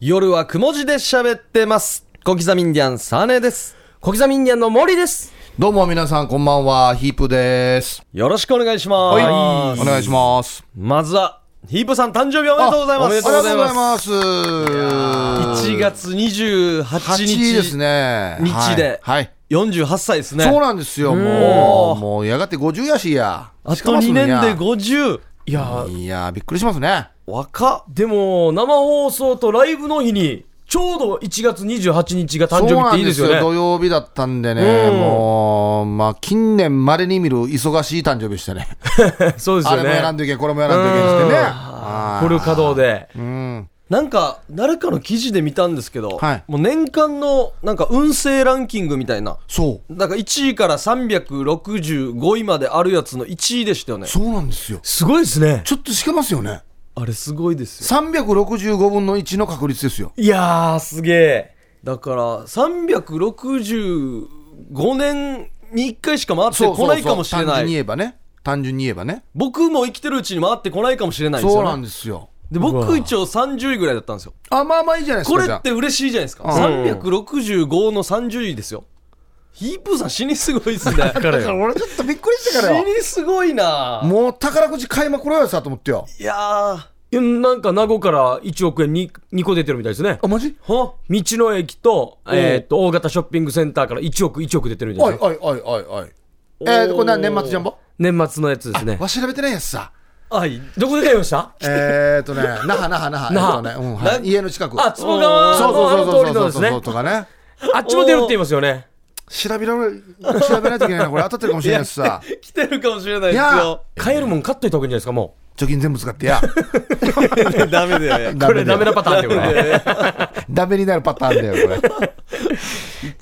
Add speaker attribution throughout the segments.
Speaker 1: 夜はくも字で喋ってます。小刻みインディアン、サネです。
Speaker 2: 小刻みインディアンの森です。
Speaker 3: どうも皆さんこんばんは、ヒープです。
Speaker 1: よろしくお願いします。
Speaker 3: お願いします。
Speaker 1: まずは、ヒープさん誕生日おめでとうございます。
Speaker 3: ありがとうござい
Speaker 1: す。
Speaker 3: ます。1
Speaker 1: 1月28
Speaker 3: 8
Speaker 1: 日
Speaker 3: 日ですね。
Speaker 1: 日で
Speaker 3: はい。はい
Speaker 1: 48歳ですね。
Speaker 3: そうなんですよ、もう。もうやがて50やしや。
Speaker 1: あと2年で50。
Speaker 2: いや
Speaker 3: いやー、びっくりしますね。
Speaker 1: 若っ。
Speaker 2: でも、生放送とライブの日に、ちょうど1月28日が誕
Speaker 3: そう
Speaker 2: 生日っ
Speaker 3: な
Speaker 2: てい
Speaker 3: ん
Speaker 2: いですよね。
Speaker 3: 土曜日だったんでね、
Speaker 2: うん
Speaker 3: もう、まあ、近年まれに見る忙しい誕生日してね。
Speaker 2: そうです
Speaker 3: あ
Speaker 2: よ
Speaker 3: れもやら
Speaker 2: ね
Speaker 3: ん。といけん、これもやらんといけんしてね。
Speaker 2: うん
Speaker 3: あ
Speaker 2: フル稼働で。
Speaker 3: ーうん。
Speaker 1: なんか、誰かの記事で見たんですけど、
Speaker 3: はい
Speaker 1: もう年間の、なんか、運勢ランキングみたいな。
Speaker 3: そう。
Speaker 1: なんか1位から365位まであるやつの1位でしたよね。
Speaker 3: そうなんですよ。
Speaker 2: すごいですね。
Speaker 3: ちょっとしけますよね。
Speaker 1: あれすごいですよ。
Speaker 3: 365分の1の確率ですよ。
Speaker 2: いやー、すげえ。
Speaker 1: だから365年に1回しか回ってこないかもしれ
Speaker 3: 単
Speaker 1: な
Speaker 3: 純に言
Speaker 1: い
Speaker 3: えばね単純に言えばね
Speaker 1: 僕も生きてるうちに回ってこないかもしれないんです
Speaker 3: そう
Speaker 1: よ、ね、
Speaker 3: なんですよ
Speaker 1: で
Speaker 2: うわ
Speaker 1: 僕一応30位ぐらいだったんですよ
Speaker 3: あまあまあいいじゃないですか
Speaker 1: これ
Speaker 3: じゃ
Speaker 1: っ
Speaker 3: あ
Speaker 1: て嬉しいじゃないですか、
Speaker 2: ん
Speaker 1: 365の30位ですよヒープーさん死にすごいっ すね
Speaker 2: 彼
Speaker 3: だから俺ちょっとびっくりしてから
Speaker 1: 死
Speaker 3: よ
Speaker 1: にすごいな
Speaker 3: もう宝くじ買いまくろうよさと思ってよ
Speaker 1: いや
Speaker 2: いやなんか、名護から1億円に2個出てるみたいですね。
Speaker 3: あマジ
Speaker 1: ーは
Speaker 2: 道の駅と、えーっと、大型ショッピングセンターから1億、1億出てるみたい
Speaker 3: お
Speaker 2: で
Speaker 3: い
Speaker 2: すよ。
Speaker 3: おいおいおいおいえー、これな年末ジャンボ
Speaker 2: 年末のやつですね。
Speaker 3: わし調べてないやつさ
Speaker 1: はい
Speaker 2: どこで買いました
Speaker 3: えーとね那覇那 覇那覇え
Speaker 2: 那覇
Speaker 3: ーとねうんはい
Speaker 1: な
Speaker 3: 家の近く
Speaker 2: あ、
Speaker 3: そう
Speaker 2: 坪川のあの通りのですね。
Speaker 3: とかね
Speaker 2: あっちも出るって言いますよね。
Speaker 3: 調べられ調べないといけないなこれ当たってるかもしれないやつさ
Speaker 1: 来てるかもしれないです
Speaker 3: い
Speaker 1: よ
Speaker 3: や
Speaker 2: 買えるもん買っといた方がいいんじゃないですか、も
Speaker 3: 貯金全部使って や
Speaker 1: ダメだよ
Speaker 2: う。これダメなパターンってことね。
Speaker 3: ダメになるパターンだよこれ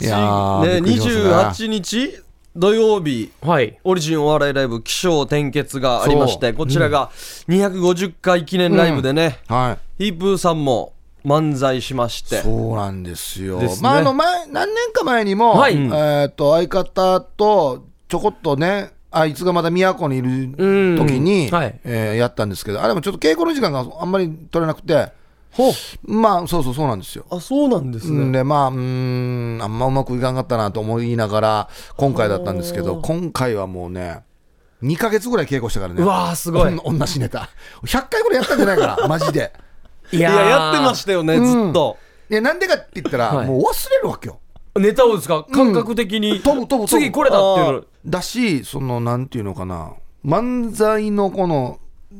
Speaker 3: いや
Speaker 1: ね、
Speaker 3: ーびっくりしま
Speaker 1: 28
Speaker 3: すね
Speaker 1: 日土曜日
Speaker 2: はい。
Speaker 1: オリジンお笑いライブ起承転結がありましてこちらが250回記念ライブでね、
Speaker 3: はい
Speaker 1: ヒープーさんも漫才しまして
Speaker 3: そうなんですよ。
Speaker 1: ですね
Speaker 3: まあ、あの前何年か前にも、
Speaker 2: はい
Speaker 3: えー、と相方とちょこっとねあいつがまだ宮古にいる
Speaker 2: うん
Speaker 3: 時に、
Speaker 2: はい
Speaker 3: えーやったんですけどあれもちょっと稽古の時間があんまり取れなくて
Speaker 1: ほう
Speaker 3: まあそうそうそうなんですよ。
Speaker 1: あそうなんですね、
Speaker 3: でまあうーんあんまうまくいかんかったなと思いながら今回だったんですけど今回はもうね2ヶ月ぐらい稽古したからね
Speaker 2: うわー、すごい。
Speaker 3: おん同じネタ100回ぐらいやったんじゃな いからマジで。
Speaker 2: い
Speaker 1: いや
Speaker 2: ー
Speaker 1: やってましたよねずっと、
Speaker 3: いやなんでかって言ったら、
Speaker 2: はい
Speaker 3: もう忘れるわけよ。
Speaker 2: ネタをですか感覚的に、
Speaker 3: 飛ぶ飛ぶ飛ぶ
Speaker 2: 次これだっていうの
Speaker 3: だしそのなんていうのかな漫才のこの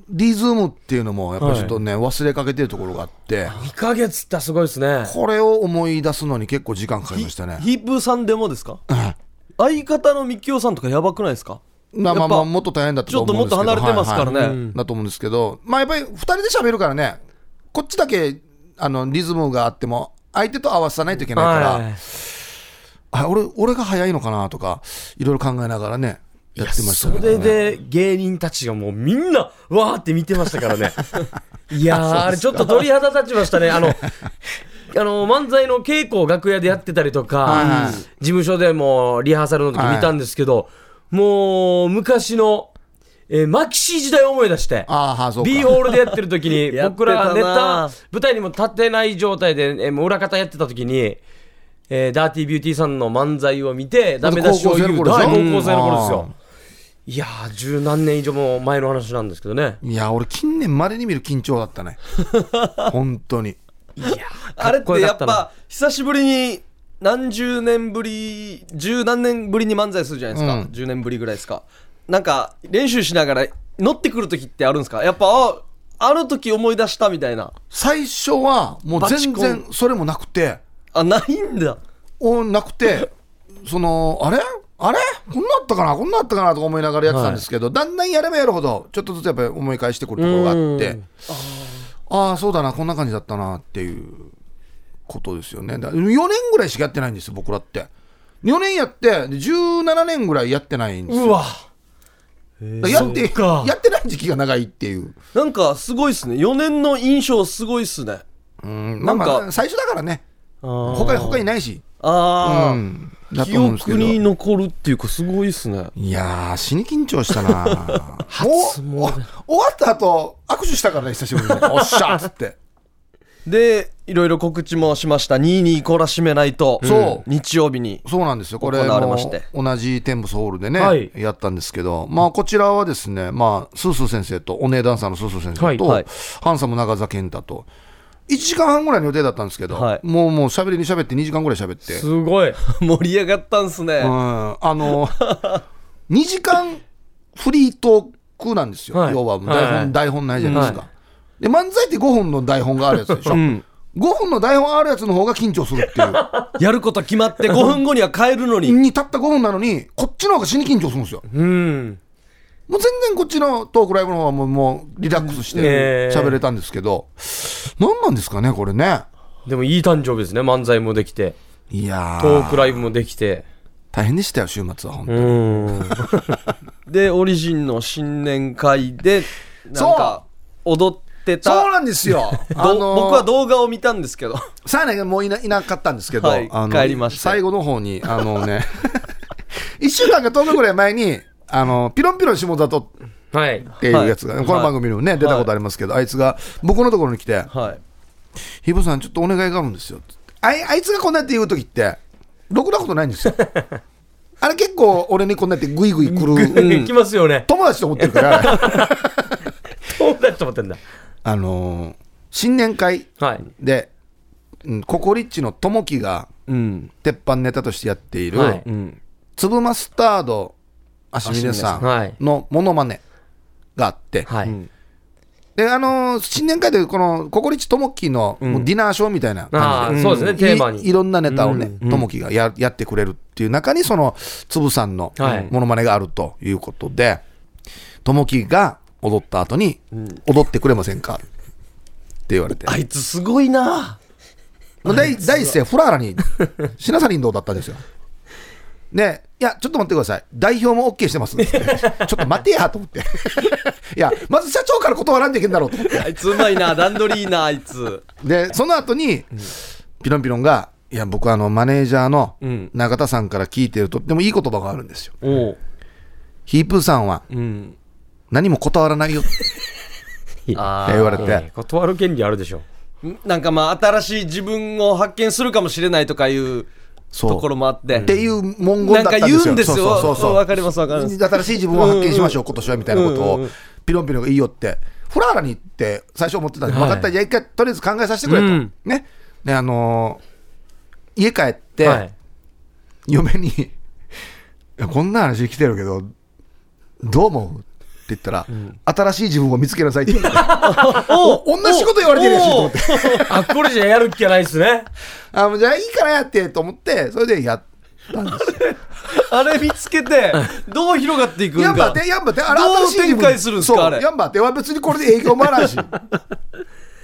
Speaker 3: リズムっていうのもやっぱりちょっとね、忘れかけてるところがあって
Speaker 2: 2ヶ月ってすごいですね
Speaker 3: これを思い出すのに結構時間かかりましたね
Speaker 1: ヒープーさんでもですか相方のみきおさんとかやばくないですか
Speaker 3: まあまあ
Speaker 1: や
Speaker 3: ま
Speaker 1: っ
Speaker 3: あ
Speaker 1: ぱ
Speaker 3: もっと大変だったと思うんですけど
Speaker 1: ちょっともっと離れてますからね
Speaker 3: はいはい
Speaker 1: うん
Speaker 3: だと思うんですけどまあやっぱり2人で喋るからねこっちだけあのリズムがあっても相手と合わさないといけないから、
Speaker 2: はい
Speaker 3: あ俺俺が早いのかなとかいろいろ考えながらねやってましたけど
Speaker 2: そ
Speaker 3: ね
Speaker 2: れで芸人たちがもうみんなわーって見てましたか らねいやーあれちょっと鳥肌立ちましたねあの あの漫才の稽古を楽屋でやってたりとか、
Speaker 3: はいはい
Speaker 2: 事務所でもリハーサルの時見たんですけど、もう昔の、えーマキシー時代を思い出して
Speaker 3: ああそうか
Speaker 2: B ホールでやってる時 に
Speaker 1: やって
Speaker 2: 僕
Speaker 1: たな
Speaker 2: らネタ舞台にも立てない状態で、えーもう裏方やってた時に、えーダーティービューティーさんの漫才を見てダメ出しを言う
Speaker 3: 高校
Speaker 2: はい
Speaker 3: 生の頃でしょ
Speaker 2: 高校生の頃ですよいやー十何年以上も前の話なんですけどね
Speaker 3: いや、俺、近年まれに見る緊張だったね。本当に。
Speaker 1: あれって
Speaker 2: かこよ
Speaker 1: や
Speaker 2: か
Speaker 1: っ
Speaker 2: たな
Speaker 1: ぱ久しぶりに何十年ぶり十何年ぶりに漫才するじゃないですか、
Speaker 3: うん
Speaker 1: 10年ぶりぐらいですかなんか練習しながら乗ってくる時ってあるんですかやっぱああの時思い出したみたいな
Speaker 3: 最初は、もう全
Speaker 1: バチ
Speaker 3: 然それもなくて、
Speaker 1: あないんだ
Speaker 3: おなくて、その、あれあれこんなあったかなこんなあったかなとか思いながらやってたんですけど、だんだんやればやるほど、ちょっとずつやっぱり思い返してくるところがあって、ああ、そうだな、こんな感じだったなっていうことですよね。だ4年ぐらいしかやってないんですよ、僕らって。4年やって、で17年ぐらいやってないんです
Speaker 2: う
Speaker 3: よ。
Speaker 2: わ
Speaker 3: だからやって、
Speaker 2: そっか
Speaker 3: やってない時期が長いっていう。
Speaker 1: なんかすごいっすね4年の印象すごいっすね
Speaker 3: うん、まあま
Speaker 1: なんか
Speaker 3: あ、最初だからね。
Speaker 2: 他
Speaker 3: 他に他にないし。
Speaker 1: ああ、
Speaker 3: うんだ
Speaker 1: 記
Speaker 3: と思うんですけ
Speaker 1: 憶
Speaker 3: ど。
Speaker 1: に残るっていうかすごいっすね
Speaker 3: いやー、死に緊張したな もうお終わった後、握手したからね、久しぶりに。おっしゃっつって。
Speaker 1: でいろいろ告知もしました22懲らしめないと
Speaker 3: そう
Speaker 1: 日曜日に
Speaker 3: そうなんですよこれ
Speaker 1: 行われ
Speaker 3: も
Speaker 1: まして
Speaker 3: 同じテンブスホールでね、
Speaker 2: はい
Speaker 3: やったんですけど、まあ、こちらはですね、まあ、スースー先生とお姉ダンサーのスースー先
Speaker 2: は
Speaker 3: 生
Speaker 2: い
Speaker 3: と、
Speaker 1: はい
Speaker 3: ハンサム中澤健太と1時間半ぐらいの予定だったんですけど、
Speaker 1: はい
Speaker 3: もうもう喋りに喋って2時間ぐらい喋って、
Speaker 2: すごい。
Speaker 1: 盛り上がったんすね、
Speaker 3: うん、あの 2時間フリートークなんですよ、
Speaker 2: はい
Speaker 3: 要はもう台本,、
Speaker 2: はい
Speaker 3: 台本ないじゃないですか、
Speaker 2: は
Speaker 3: で漫才って5本の台本があるやつでしょ、
Speaker 1: うん、
Speaker 3: 5分の台本あるやつの方が緊張するっていう
Speaker 1: やること決まって5分後には帰るのに
Speaker 3: にたった5分なのにこっちの方が死に緊張するんですよ
Speaker 2: うん。
Speaker 3: もう全然こっちのトークライブの方はもうもうリラックスし
Speaker 2: ね
Speaker 3: て
Speaker 2: え
Speaker 3: 喋れたんですけど、何なんですかねこれね
Speaker 2: でもいい誕生日ですね。漫才もできて、
Speaker 3: いやー
Speaker 2: トークライブもできて。
Speaker 3: 大変でしたよ週末は本当
Speaker 2: う
Speaker 3: に、
Speaker 2: ん。
Speaker 1: でオリジンの新年会でなんか踊ってた
Speaker 3: そうなんですよ
Speaker 1: ど僕は動画を見たんですけど
Speaker 3: サーネがもういないなかったんですけど、
Speaker 1: はい
Speaker 3: あの
Speaker 1: 帰りまして
Speaker 3: 最後の方に、あのね、1週間か10日ぐらい前に、あのピロンピロン下里
Speaker 2: はい。
Speaker 3: っていうやつが、
Speaker 1: はい
Speaker 3: この番組にもね、出たことありますけど、あいつが僕のところに来て、
Speaker 1: はい
Speaker 3: ひぼさん、ちょっとお願いがあるんですよつってあいあいつがこんなって言うときって、ろくなことないんで すよ。あれ結構俺にこんなってグイグイ来る、
Speaker 2: 行きますよね。
Speaker 3: 友達と思ってるから、
Speaker 2: 友達と思ってんだ。
Speaker 3: あのー新年会
Speaker 2: はい。
Speaker 3: で、うんココリッチのともきが
Speaker 1: うん
Speaker 3: 鉄板ネタとしてやっている、
Speaker 2: はい
Speaker 1: うん
Speaker 3: 粒マスタード足峰さ
Speaker 2: 足峰さんはい
Speaker 3: んのモノマネがあって、
Speaker 2: はい。
Speaker 1: うん
Speaker 3: であのー新年会でこのココリッチともきのもうディナーショーみたいな
Speaker 2: あ
Speaker 3: 感
Speaker 2: あ、
Speaker 3: じで。
Speaker 2: そうですね、
Speaker 3: い
Speaker 2: テーマに。
Speaker 3: いろんなネタをね、ともきがややってくれるっていう中に、その粒さんの
Speaker 2: はい
Speaker 3: モノマネがあるということで、ともきが踊った後に、踊ってくれませんかって言われて、
Speaker 1: あいつすごいな
Speaker 3: まあ第第一声、フラーラに、品サリンどうだったん ですよ。ねいや、ちょっと待ってください。代表も OK してます って。ちょっと待てやと思って。 いや、まず社長から断らんといけんだろうと思って。
Speaker 1: あいつうまいな段取りいいなあいつ
Speaker 3: で、その後に、ピロンピロンが、いや、僕、あの、マネージャーの
Speaker 1: うん
Speaker 3: 中田さんから聞いてるとってもいい言葉があるんですよ。
Speaker 1: おう
Speaker 3: ヒープーさんは
Speaker 1: うん
Speaker 3: 何も断らないよって
Speaker 1: あ
Speaker 3: 言われ
Speaker 2: え
Speaker 3: て
Speaker 2: え、断る権利あるでしょ。
Speaker 1: なんかまあ新しい自分を発見するかもしれないとかいう
Speaker 3: そう
Speaker 1: ところもあって
Speaker 3: っていう
Speaker 1: なん
Speaker 3: 文言だった
Speaker 1: か
Speaker 3: んで
Speaker 1: 言
Speaker 3: すよ。
Speaker 1: うんですよ
Speaker 3: そうそうそう
Speaker 1: わかりますわかります
Speaker 3: 新しい自分を発見しましょう、今年はみたいなこと
Speaker 1: うんうんう
Speaker 3: を、ピロンピロンがいいよって、フラーラにって最初思ってたんで、分かった、じゃあ一回とりあえず考えさせてくれと。
Speaker 2: うん
Speaker 3: ね。で、あのー家帰って、
Speaker 2: はい。
Speaker 3: 嫁にいや、こんな話来てるけど、どう思うって言ったら、新しい自分を見つけなさいって言われ て
Speaker 1: お
Speaker 3: お同じこと言われてるやしと思って。
Speaker 2: あ、これじゃやる気がないで すね。
Speaker 3: あもうじゃあいいからやってと思って、それでやったんですよ。
Speaker 1: あれ見つけてどう広がっていく
Speaker 3: ヤ
Speaker 1: ん
Speaker 3: ンバー
Speaker 1: か
Speaker 3: って、ヤンバーって、あれ
Speaker 1: どう
Speaker 3: 新しい自分
Speaker 1: 展開するんですか
Speaker 3: そう
Speaker 1: あれ
Speaker 3: ヤンバーっては別にこれで営業もあらんし。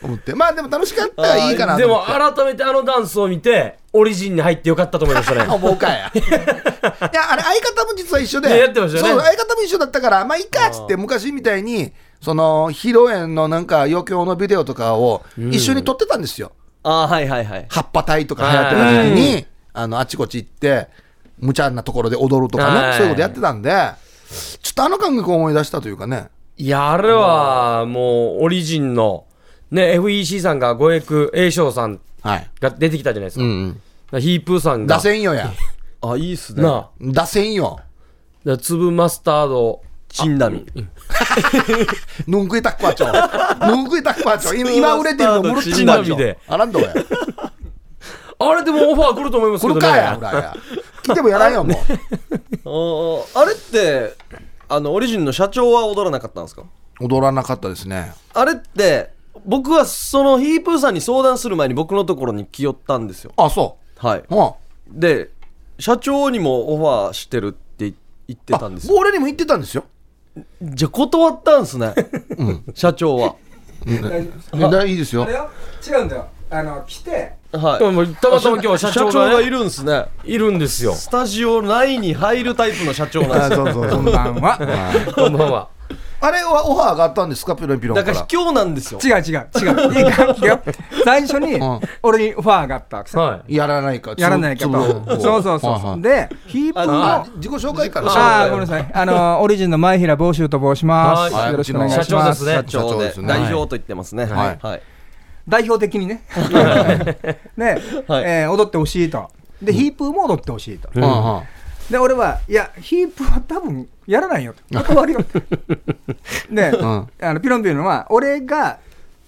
Speaker 3: 思って。まあでも楽しかったらいいかな
Speaker 2: で
Speaker 3: と思
Speaker 2: も
Speaker 3: って。
Speaker 2: 改めてあのダンスを見て、オリジンに入ってよかったと思いましたね。
Speaker 3: 思うかや。いや、あれ相方も実は一緒で。
Speaker 2: ねやってましたよね
Speaker 3: そう、相方も一緒だったから、まあいいかっつって、昔みたいに、その、披露宴のなんか余興のビデオとかを一緒に撮ってたんですよ。
Speaker 1: あーはいはいはい
Speaker 3: 葉っぱ隊とか流行ってた時に、あの、あちこち行って、無茶なところで踊るとか
Speaker 2: は
Speaker 3: ね、
Speaker 2: い
Speaker 3: そういうことやってたんで、ちょっとあの感覚を思い出したというかね。
Speaker 2: いや、あれはもうオリジンの、ね、FEC さんが五役 A 賞さん
Speaker 3: はい。
Speaker 2: が出てきたじゃないですか。
Speaker 3: うん
Speaker 2: だか
Speaker 3: うん。
Speaker 2: らヒープーさんが。
Speaker 3: 出せんよや。
Speaker 1: あいいっすね
Speaker 2: なあ。だか
Speaker 3: 出せんよ。
Speaker 2: ら粒マスタード。
Speaker 1: チンダミ
Speaker 3: ぬんくいたっこわちょ。 ぬんくいたっこわちょ。今今売れてるのむるっちんだ
Speaker 2: チンダミ
Speaker 3: よ
Speaker 2: で。
Speaker 3: あらんどや。
Speaker 2: あれでもオファー来ると思います
Speaker 3: 来る
Speaker 2: けどね。
Speaker 3: かや、ほらや。来てもやらんよ、もう。
Speaker 1: おーあれってあのオリジンの社長は踊らなかったんですか
Speaker 3: 踊らなかったですね。
Speaker 1: あれって僕はそのヒープーさんに相談する前に僕のところに来よったんですよ
Speaker 3: あ、そ。
Speaker 1: はいう
Speaker 3: うん。
Speaker 1: で社長にもオファーしてるって言って
Speaker 3: あ
Speaker 1: たんですよ
Speaker 3: 俺にも言ってたんですよ。
Speaker 1: じゃあ断ったんすね、社長は
Speaker 4: 大丈夫です
Speaker 3: ね、だいいですよ
Speaker 4: あれ。よ違うんだよあの来て
Speaker 1: はい
Speaker 2: でもたまたま今日社長が,、
Speaker 1: いるんですね
Speaker 2: いるんですよ。
Speaker 1: スタジオ内に入るタイプの社長なん
Speaker 3: あ
Speaker 1: ですよ
Speaker 3: そうそう、こんばんは。
Speaker 2: こんばんは。
Speaker 3: あれはオファーがあったんですか、ピロンピロン
Speaker 1: だ
Speaker 3: か。
Speaker 1: からら卑怯なんですよ
Speaker 4: 違う違う違ういいか違う最初に
Speaker 3: うん
Speaker 4: 俺にオファーがあったわけさ
Speaker 2: はい。
Speaker 3: やらないか。
Speaker 4: やらないか
Speaker 3: つ
Speaker 4: と
Speaker 3: ぶを
Speaker 4: そうそ
Speaker 3: は
Speaker 4: う
Speaker 3: いは
Speaker 4: そ
Speaker 3: いう
Speaker 4: でヒープーの
Speaker 3: あ
Speaker 4: あ
Speaker 3: 自己紹介から。
Speaker 4: あーごめんなさいあのオリジンの前平房州と申します
Speaker 2: はい
Speaker 4: よろしくお願いし
Speaker 2: 社長で
Speaker 4: ますす
Speaker 2: ね
Speaker 1: 社長
Speaker 3: 社長で
Speaker 1: です
Speaker 3: ね
Speaker 1: 代表と言ってますね
Speaker 3: はい
Speaker 1: はい
Speaker 4: 代表的にね ね、
Speaker 1: はい
Speaker 4: えー踊ってほしいとで、ヒープーも踊ってほしいと、
Speaker 3: うんうん
Speaker 4: で俺はいやヒープーは多分やらな いよと断るよとで、
Speaker 3: ん
Speaker 4: あのピロンピロンは俺が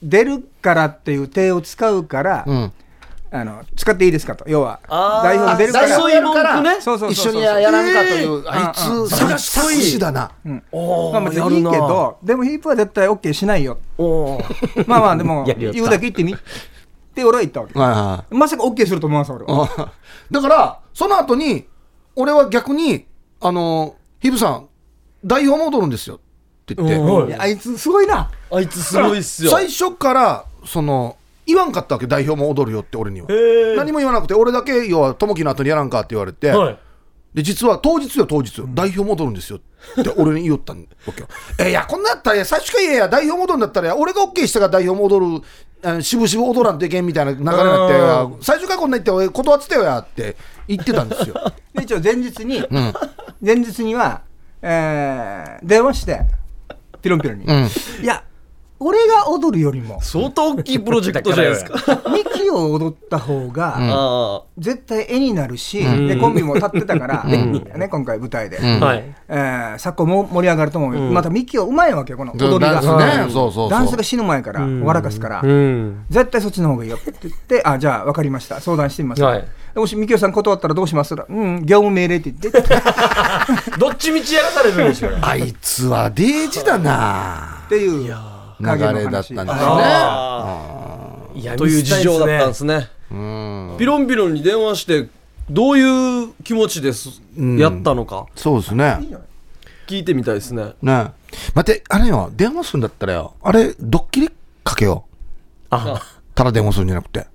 Speaker 4: 出るからっていう手を使うから、
Speaker 3: うん
Speaker 4: あの使っていいですかと要は
Speaker 1: あー
Speaker 4: 代表に出るか
Speaker 1: 代
Speaker 4: ら
Speaker 1: 表に出るから
Speaker 4: ねそうそう
Speaker 3: 一
Speaker 4: そうそう
Speaker 3: 緒にやらんかとい
Speaker 1: え
Speaker 3: う、
Speaker 4: ー
Speaker 3: あいつ探し
Speaker 1: 賢い
Speaker 3: しだな
Speaker 4: うん
Speaker 1: お
Speaker 4: まあ別にいいけどでもヒープーは絶対 OK しないよ
Speaker 1: おー
Speaker 4: まあまあでも
Speaker 2: やりよった
Speaker 4: 言うだけ言ってみって俺は言ったわけ
Speaker 3: はいはい
Speaker 4: まさか OK すると思います俺は
Speaker 3: あ だから、その後に、俺は逆に、あの、ヒブさん、代表戻るんですよって言
Speaker 2: うん
Speaker 3: っ
Speaker 2: はい
Speaker 4: いやあいつすごいな
Speaker 1: あいつすごいっす
Speaker 3: て、
Speaker 1: よ
Speaker 3: 最初から、その、言わんかったわけ、代表も踊るよって、俺には。
Speaker 2: へえ
Speaker 3: 何も言わなくて、俺だけ、要は、友樹の後にやらんかって言われて、
Speaker 2: はい
Speaker 3: で、実は当日よ、当日、代表戻るんですよって、俺に言おったんわけよ。 え、いや、こんなんやったら、いや最初からいやいや、代表戻るんだったら、俺が OK したから代表戻る、あの渋々踊らんといけんみたいな流れになっていや
Speaker 2: う、
Speaker 3: 最初からこんなん言って、俺断ってたよやって言ってたんです よ。
Speaker 4: で一応前日に
Speaker 3: うん。
Speaker 4: 前日には、えー電話してピロンピロンに、
Speaker 3: うん
Speaker 4: いや俺が踊るよりも
Speaker 1: 相当大きいプロジェクトじゃないです か
Speaker 4: ミキを踊った方が、
Speaker 3: ん
Speaker 1: あ
Speaker 4: 絶対絵になるし、でコンビも立ってたから、ね、今回舞台で、
Speaker 3: ん
Speaker 2: はい
Speaker 4: えー昨今も盛り上がると思うよ、またミキはうまいわけよこの踊り
Speaker 3: ダ
Speaker 4: が
Speaker 3: ンスね、そうそうそう。
Speaker 4: ダンスが死ぬ前から笑かすから、
Speaker 2: うん
Speaker 4: 絶対そっちの方がいいよって言って、あ、じゃあ分かりました、相談してみます。
Speaker 2: はい
Speaker 4: もし、みきおさん断ったらどうしますうん、業務命令って言って、っ
Speaker 2: どっちみちやらされるんですよね
Speaker 3: あいつはデージだな
Speaker 4: ていう流
Speaker 3: 流れだったんですよね。
Speaker 1: あ
Speaker 2: いや
Speaker 1: ーという事情だったんですね
Speaker 3: うん。
Speaker 1: ピロンピロンに電話してどういう気持ちです、
Speaker 3: ん
Speaker 1: やったのか
Speaker 3: そうですね。
Speaker 1: 聞いてみたいですね
Speaker 3: ね待って、あれよ、電話するんだったらよ、あれ、ドッキリかけよ
Speaker 2: あ
Speaker 3: う。ただ電話するんじゃなくて。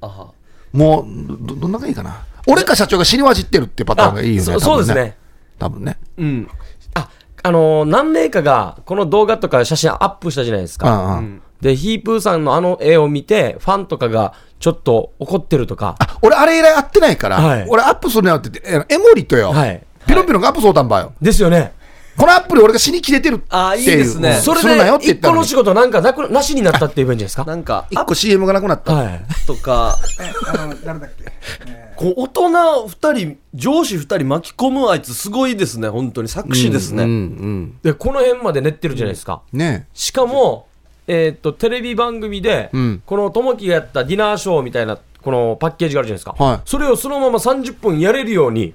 Speaker 1: あは
Speaker 3: もう、ど、どんながいいかな。俺か社長が死にわじってるってパターンがいいよね。
Speaker 2: あそそうですね
Speaker 3: 多分ね。
Speaker 1: うん
Speaker 2: ああのー何名かがこの動画とか写真アップしたじゃないです
Speaker 3: 多
Speaker 2: か
Speaker 3: 分ね。うんうん。
Speaker 2: でヒープーさんのあの絵を見てファンとかがちょっと怒ってるとか
Speaker 3: あ俺、あれ以来会ってないから、
Speaker 2: はい
Speaker 3: 俺、アップするのよって言って、えエモリとよ、
Speaker 2: はい
Speaker 3: ピロンピロンがアップそうたんばよ。
Speaker 2: ですよね
Speaker 3: このアップで俺が死に切れてるっていう。
Speaker 1: あーいいですね
Speaker 2: それ
Speaker 3: するなよって
Speaker 2: で
Speaker 3: 言っ
Speaker 2: 一
Speaker 3: た
Speaker 2: 個
Speaker 3: の
Speaker 2: の
Speaker 3: に
Speaker 2: 仕事なんかなくなしになったっていう感じで すか
Speaker 1: なんか
Speaker 3: 一個 CM がなくなった。
Speaker 2: はい
Speaker 1: とか
Speaker 4: えあの、誰だっけ、え
Speaker 1: こう大人2人上司2人巻き込むあいつすごいですね本当に作詞ですね、
Speaker 3: うんうん。
Speaker 2: でこの辺まで練ってるじゃないですか、
Speaker 3: ね
Speaker 2: しかも、えーっとテレビ番組で、
Speaker 3: うん
Speaker 2: この友樹がやったディナーショーみたいなこのパッケージがあるじゃないですか、
Speaker 3: はい
Speaker 2: それをそのまま30分やれるように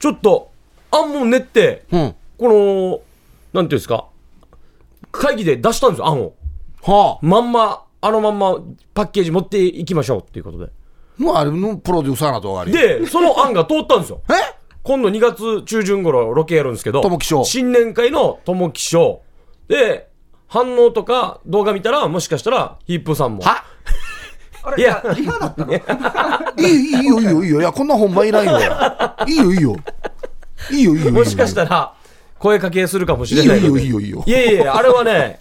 Speaker 2: ちょっと案も練って
Speaker 3: え。うん。
Speaker 2: このなんていうんですか会議で出したんですよ案を
Speaker 3: はあ。
Speaker 2: まんまあのまんまパッケージ持っていきましょうっていうことで
Speaker 3: もうあれのプロデューサーなとあり。
Speaker 2: でその案が通ったんですよ
Speaker 3: え
Speaker 2: 今度2月中旬頃ロケやるんですけど、
Speaker 3: 友紀賞
Speaker 2: 新年会の友紀賞で、反応とか動画見たら、もしかしたらヒープーさんも。
Speaker 3: は
Speaker 4: ーあれ、
Speaker 2: いや
Speaker 4: リハだったの
Speaker 3: いいいいよいいよいいよ。いや、こんな本番いないよ。いいよいいよ。いいよいいよ。いいよ
Speaker 2: もしかしたら、声かけするかもし
Speaker 3: い
Speaker 2: れ
Speaker 3: いよ
Speaker 2: ないい
Speaker 3: い
Speaker 2: の
Speaker 3: よ
Speaker 2: で。
Speaker 3: いいよいいよ。
Speaker 2: いやいやいやあれはね、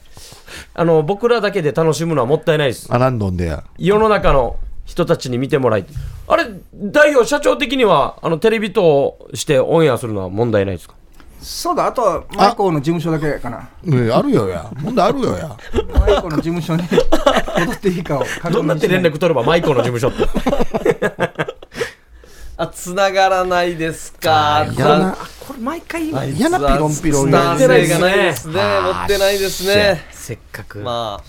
Speaker 2: あの、僕らだけで楽しむのはもったいないです。
Speaker 3: あらんどんでや。
Speaker 2: 世の中の人たちに見てもらいあれ、代表、社長的には、あの、テレビとしてオンエアするのは問題ないですか
Speaker 4: そうだ、あとはマイコーの事務所だけかな。
Speaker 3: ねえあるよや。問題あるよや。
Speaker 4: マイコーの事務所に踊っていいかを確認しない
Speaker 2: どんなって連絡取れば、マイコの事務所って。
Speaker 1: あ繋がらないですか
Speaker 3: 嫌な、
Speaker 4: これ毎回
Speaker 1: あいつ
Speaker 3: 嫌な
Speaker 1: は
Speaker 3: ピロンピロン
Speaker 1: ス
Speaker 3: や
Speaker 1: ター性がないですね持ってないですね
Speaker 2: せっかく。
Speaker 1: ま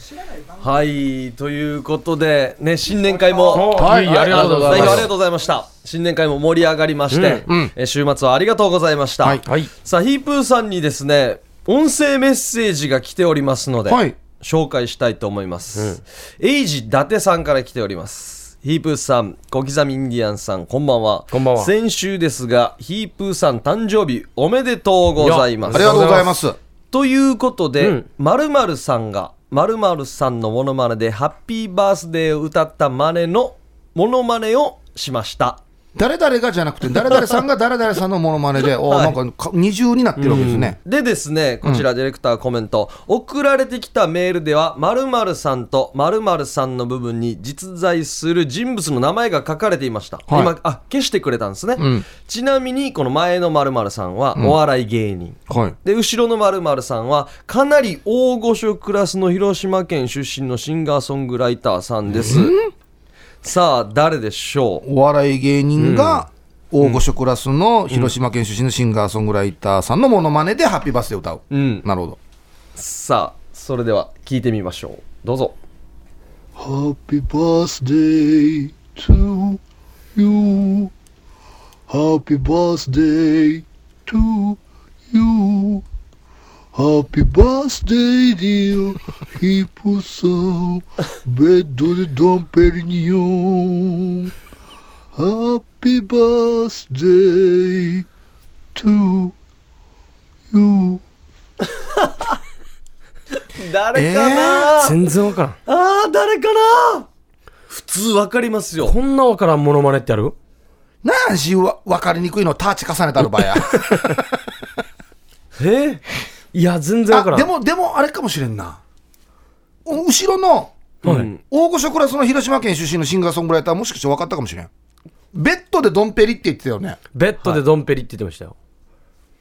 Speaker 1: あはいということでね新年会も
Speaker 2: はい、ありがとうござい
Speaker 1: 代表
Speaker 2: ま
Speaker 1: ありが。
Speaker 2: す
Speaker 1: とうございました新年会も盛り上がりまして、
Speaker 3: うんうん
Speaker 1: えー週末はありがとうございました、
Speaker 3: はい
Speaker 2: はい。
Speaker 1: さあヒープーさんにですね音声メッセージが来ておりますので、
Speaker 3: はい
Speaker 1: 紹介したいと思います、エイジ伊達さんから来ておりますヒープーさん小刻みインディアンさんこんばんは
Speaker 2: こんばんは
Speaker 1: 先週ですがヒープーさん誕生日おめでとうございま
Speaker 3: あ
Speaker 1: す
Speaker 3: りがとうございます。
Speaker 1: ということ
Speaker 2: う
Speaker 1: で
Speaker 2: ん、
Speaker 1: まるまるさんが、まるまるさんのモノマネで、ハッピーバースデーを歌ったマネのモノマネをしました。
Speaker 3: 誰々がじゃなくて、誰々さんが誰々さんのモノマネで、お
Speaker 1: はい
Speaker 3: なんかか二重になってるわけですね。
Speaker 1: でですね、こちらディレクターコメント、送られてきたメールでは、〇〇さんと〇〇さんの部分に実在する人物の名前が書かれていました。
Speaker 3: はい
Speaker 1: 今、あ、消してくれたんですね。
Speaker 3: ん
Speaker 1: ちなみに、この前の〇〇さんは、お笑い芸人。
Speaker 3: はい。
Speaker 1: で後ろの〇〇さんはかなり大御所クラスの広島県出身のシンガーソングライターさんですさあ誰でしょう
Speaker 3: お笑い芸人が大御所クラスの広島県出身のシンガーソングライターさんのモノマネでハッピーバースデーを歌う。
Speaker 1: うん
Speaker 3: なるほど。
Speaker 1: さあそれでは聞いてみましょうどうぞ
Speaker 5: Happy birthday to you. Happy birthday to you. Happy birthday, dear Hippo-san. Bed de Dom Perignon. Happy birthday to you.
Speaker 1: 誰かな、
Speaker 2: 全然わからん。
Speaker 1: あー誰かな普通わかりますよ
Speaker 2: こんなわからんモノマネってある
Speaker 3: なんしわ分かりにくいのタッチ重ねたる場合 や
Speaker 2: えーいや、全然わ
Speaker 3: あ
Speaker 2: からん。
Speaker 3: でもでもあれかもしれんなお後ろの
Speaker 2: はい、
Speaker 3: 大御所クラスの広島県出身のシンガーソングライターもしかして分かったかもしれんベッドでドンペリって言ってたよね
Speaker 2: ベッドでドンペリって言ってましたよ。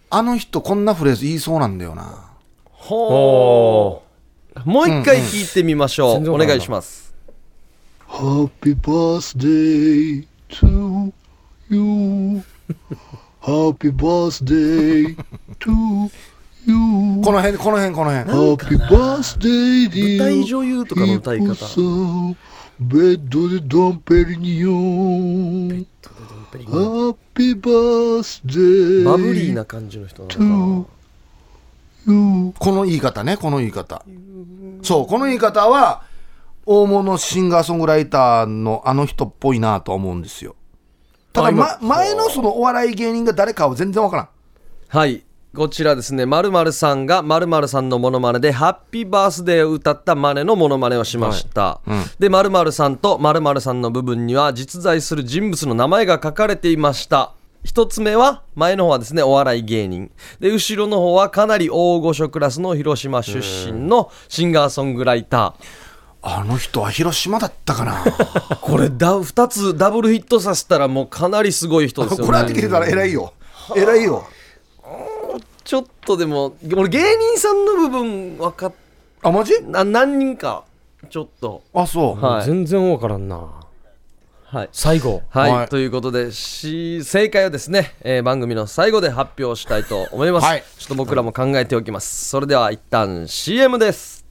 Speaker 3: あの人こんなフレーズ言いそうなんだよな
Speaker 1: ほうもう一回聞いてみましょう、
Speaker 2: うんうん
Speaker 1: お願いします
Speaker 5: Happy birthday to you. Happy birthday to you.
Speaker 3: この辺この辺この辺
Speaker 5: Happy birthday,
Speaker 1: 舞
Speaker 5: dear.
Speaker 1: 台女優とかの歌い方
Speaker 5: Hippo-san. ベッドでドンペリニオン。Happy birthday.
Speaker 1: バブリーな感じの人なのか
Speaker 5: to you.
Speaker 3: この言い方ねこの言い方そうこの言い方は大物シンガーソングライターのあの人っぽいなとは思うんですよただ、
Speaker 2: あ今
Speaker 3: ま、前のそのお笑い芸人が誰かは全然分からん
Speaker 1: なはいこちらですね〇〇さんが〇〇さんのモノマネでハッピーバースデーを歌ったマネのモノマネをしました、で〇〇さんと〇〇さんの部分には実在する人物の名前が書かれていました一つ目は前の方はですねお笑い芸人で後ろの方はかなり大御所クラスの広島出身のシンガーソングライター
Speaker 3: あの人は広島だったかな
Speaker 1: これだ2つダブルヒットさせたらもうかなりすごい人ですよね
Speaker 3: これはできてたら偉いよ偉いよ
Speaker 1: ちょっとでも俺芸人さんの部分分かっ
Speaker 3: あマジ
Speaker 1: な何人かちょっと
Speaker 3: あそう、
Speaker 1: はい
Speaker 2: 全然わからんな。
Speaker 1: はい
Speaker 2: 最後。
Speaker 1: はい、
Speaker 3: はい
Speaker 1: ということでし正解をですね、えー番組の最後で発表したいと思います、
Speaker 3: はい
Speaker 1: ちょっと僕らも考えておきますそれでは一旦 CM です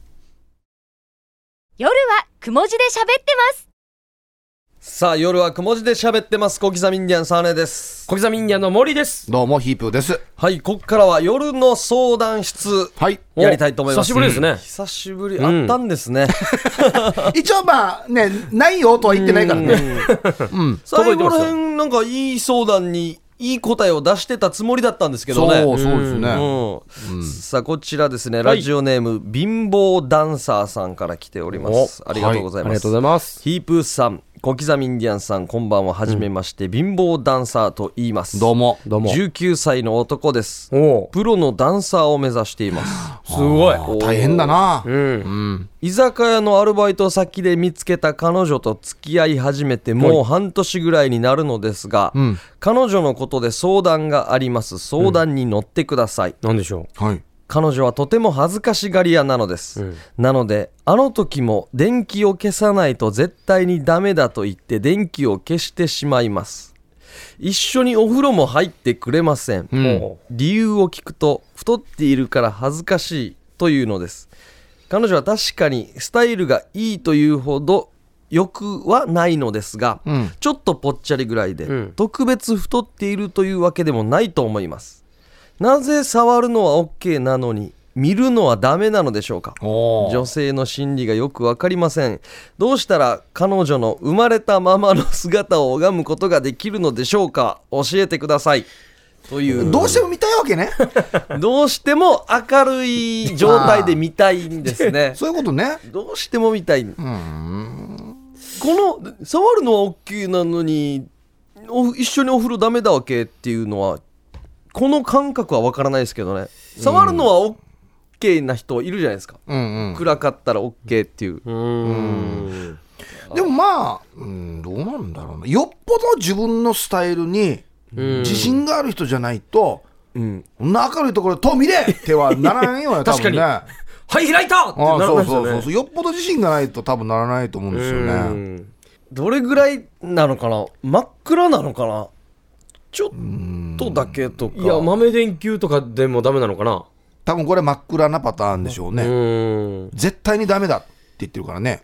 Speaker 6: 夜はくも字で喋ってます。
Speaker 1: さあ夜はくも字で喋ってます小刻みインディアンサーネです
Speaker 2: 小刻みインディアンの森です。
Speaker 3: どうもヒープーです
Speaker 1: はいここからは夜の相談室
Speaker 3: はい
Speaker 1: やりたいと思います
Speaker 2: お久しぶりですね
Speaker 1: 久しぶり、
Speaker 2: ん
Speaker 1: あったんですね
Speaker 3: 一応まあねないよとは言ってないからね
Speaker 1: 最
Speaker 2: 届いて
Speaker 1: 後
Speaker 2: ま
Speaker 1: ら
Speaker 2: すよ
Speaker 1: 辺なんかいい相談にいい答えを出してたつもりだったんですけどね
Speaker 3: そうそうですね、
Speaker 1: うんさあこちらですね、ラジオネーム貧乏ダンサーさんから来ております
Speaker 2: お
Speaker 1: ありがとうござ
Speaker 2: あ
Speaker 1: い
Speaker 2: り
Speaker 1: ま
Speaker 2: が
Speaker 1: す、
Speaker 2: とうございます。
Speaker 1: ヒープーさん小刻みインディアンさんこんばんははじめまして、貧乏ダンサーと言います
Speaker 3: どうも
Speaker 2: どうも。
Speaker 1: 19歳の男です
Speaker 2: お
Speaker 1: プロのダンサーを目指しています
Speaker 2: すごい。
Speaker 3: 大変だな
Speaker 2: うん。
Speaker 1: 居酒屋のアルバイト先で見つけた彼女と付き合い始めてもう半年ぐらいになるのですが、彼女のことで相談があります相談に乗ってください、
Speaker 2: なんでしょ
Speaker 3: はい
Speaker 1: 彼女はとても恥ずかしがり屋なのです、なのであの時も電気を消さないと絶対にダメだと言って電気を消してしまいます一緒にお風呂も入ってくれません、
Speaker 2: う。
Speaker 1: 理由を聞くと太っているから恥ずかしいというのです彼女は確かにスタイルがいいというほど欲はないのですが、ちょっとぽっちゃりぐらいで、
Speaker 2: ん
Speaker 1: 特別太っているというわけでもないと思いますなぜ触るのは OK なのに見るのはダメなのでしょうか
Speaker 3: おー
Speaker 1: 女性の心理がよくわかりませんどうしたら彼女の生まれたままの姿を拝むことができるのでしょうか教えてくださいという
Speaker 3: どうしても見たいわけね
Speaker 1: どうしても明るい状態で見たいんですね
Speaker 3: そういうことね
Speaker 1: どうしても見たいこの触るのは OK なのにお一緒にお風呂ダメだわけっていうのはこの感覚は分からないですけどね触るのは OK な人いるじゃないですか、
Speaker 3: うんうん
Speaker 1: 暗かったら OK っていう、
Speaker 2: うん。
Speaker 3: でもまあ、うん、どうなんだろうなよっぽど自分のスタイルに自信がある人じゃないと、こんな明るいところで「と見れ!」ってはならないよね多分ねあ
Speaker 2: はい、開いたって
Speaker 3: あ
Speaker 2: なり
Speaker 3: そ
Speaker 2: ま
Speaker 3: う
Speaker 2: し
Speaker 3: そ
Speaker 2: た
Speaker 3: うそう
Speaker 2: ね
Speaker 3: そう。よっぽど自信がないと多分ならないと思うんですよね、
Speaker 2: うん
Speaker 1: どれぐらいなのかな真っ暗なのかなちょっとだけとか
Speaker 2: いや、豆電球とかでもダメなのかな
Speaker 3: 多分これ真っ暗なパターンでしょうね、
Speaker 2: うん。
Speaker 3: 絶対にダメだって言ってるからね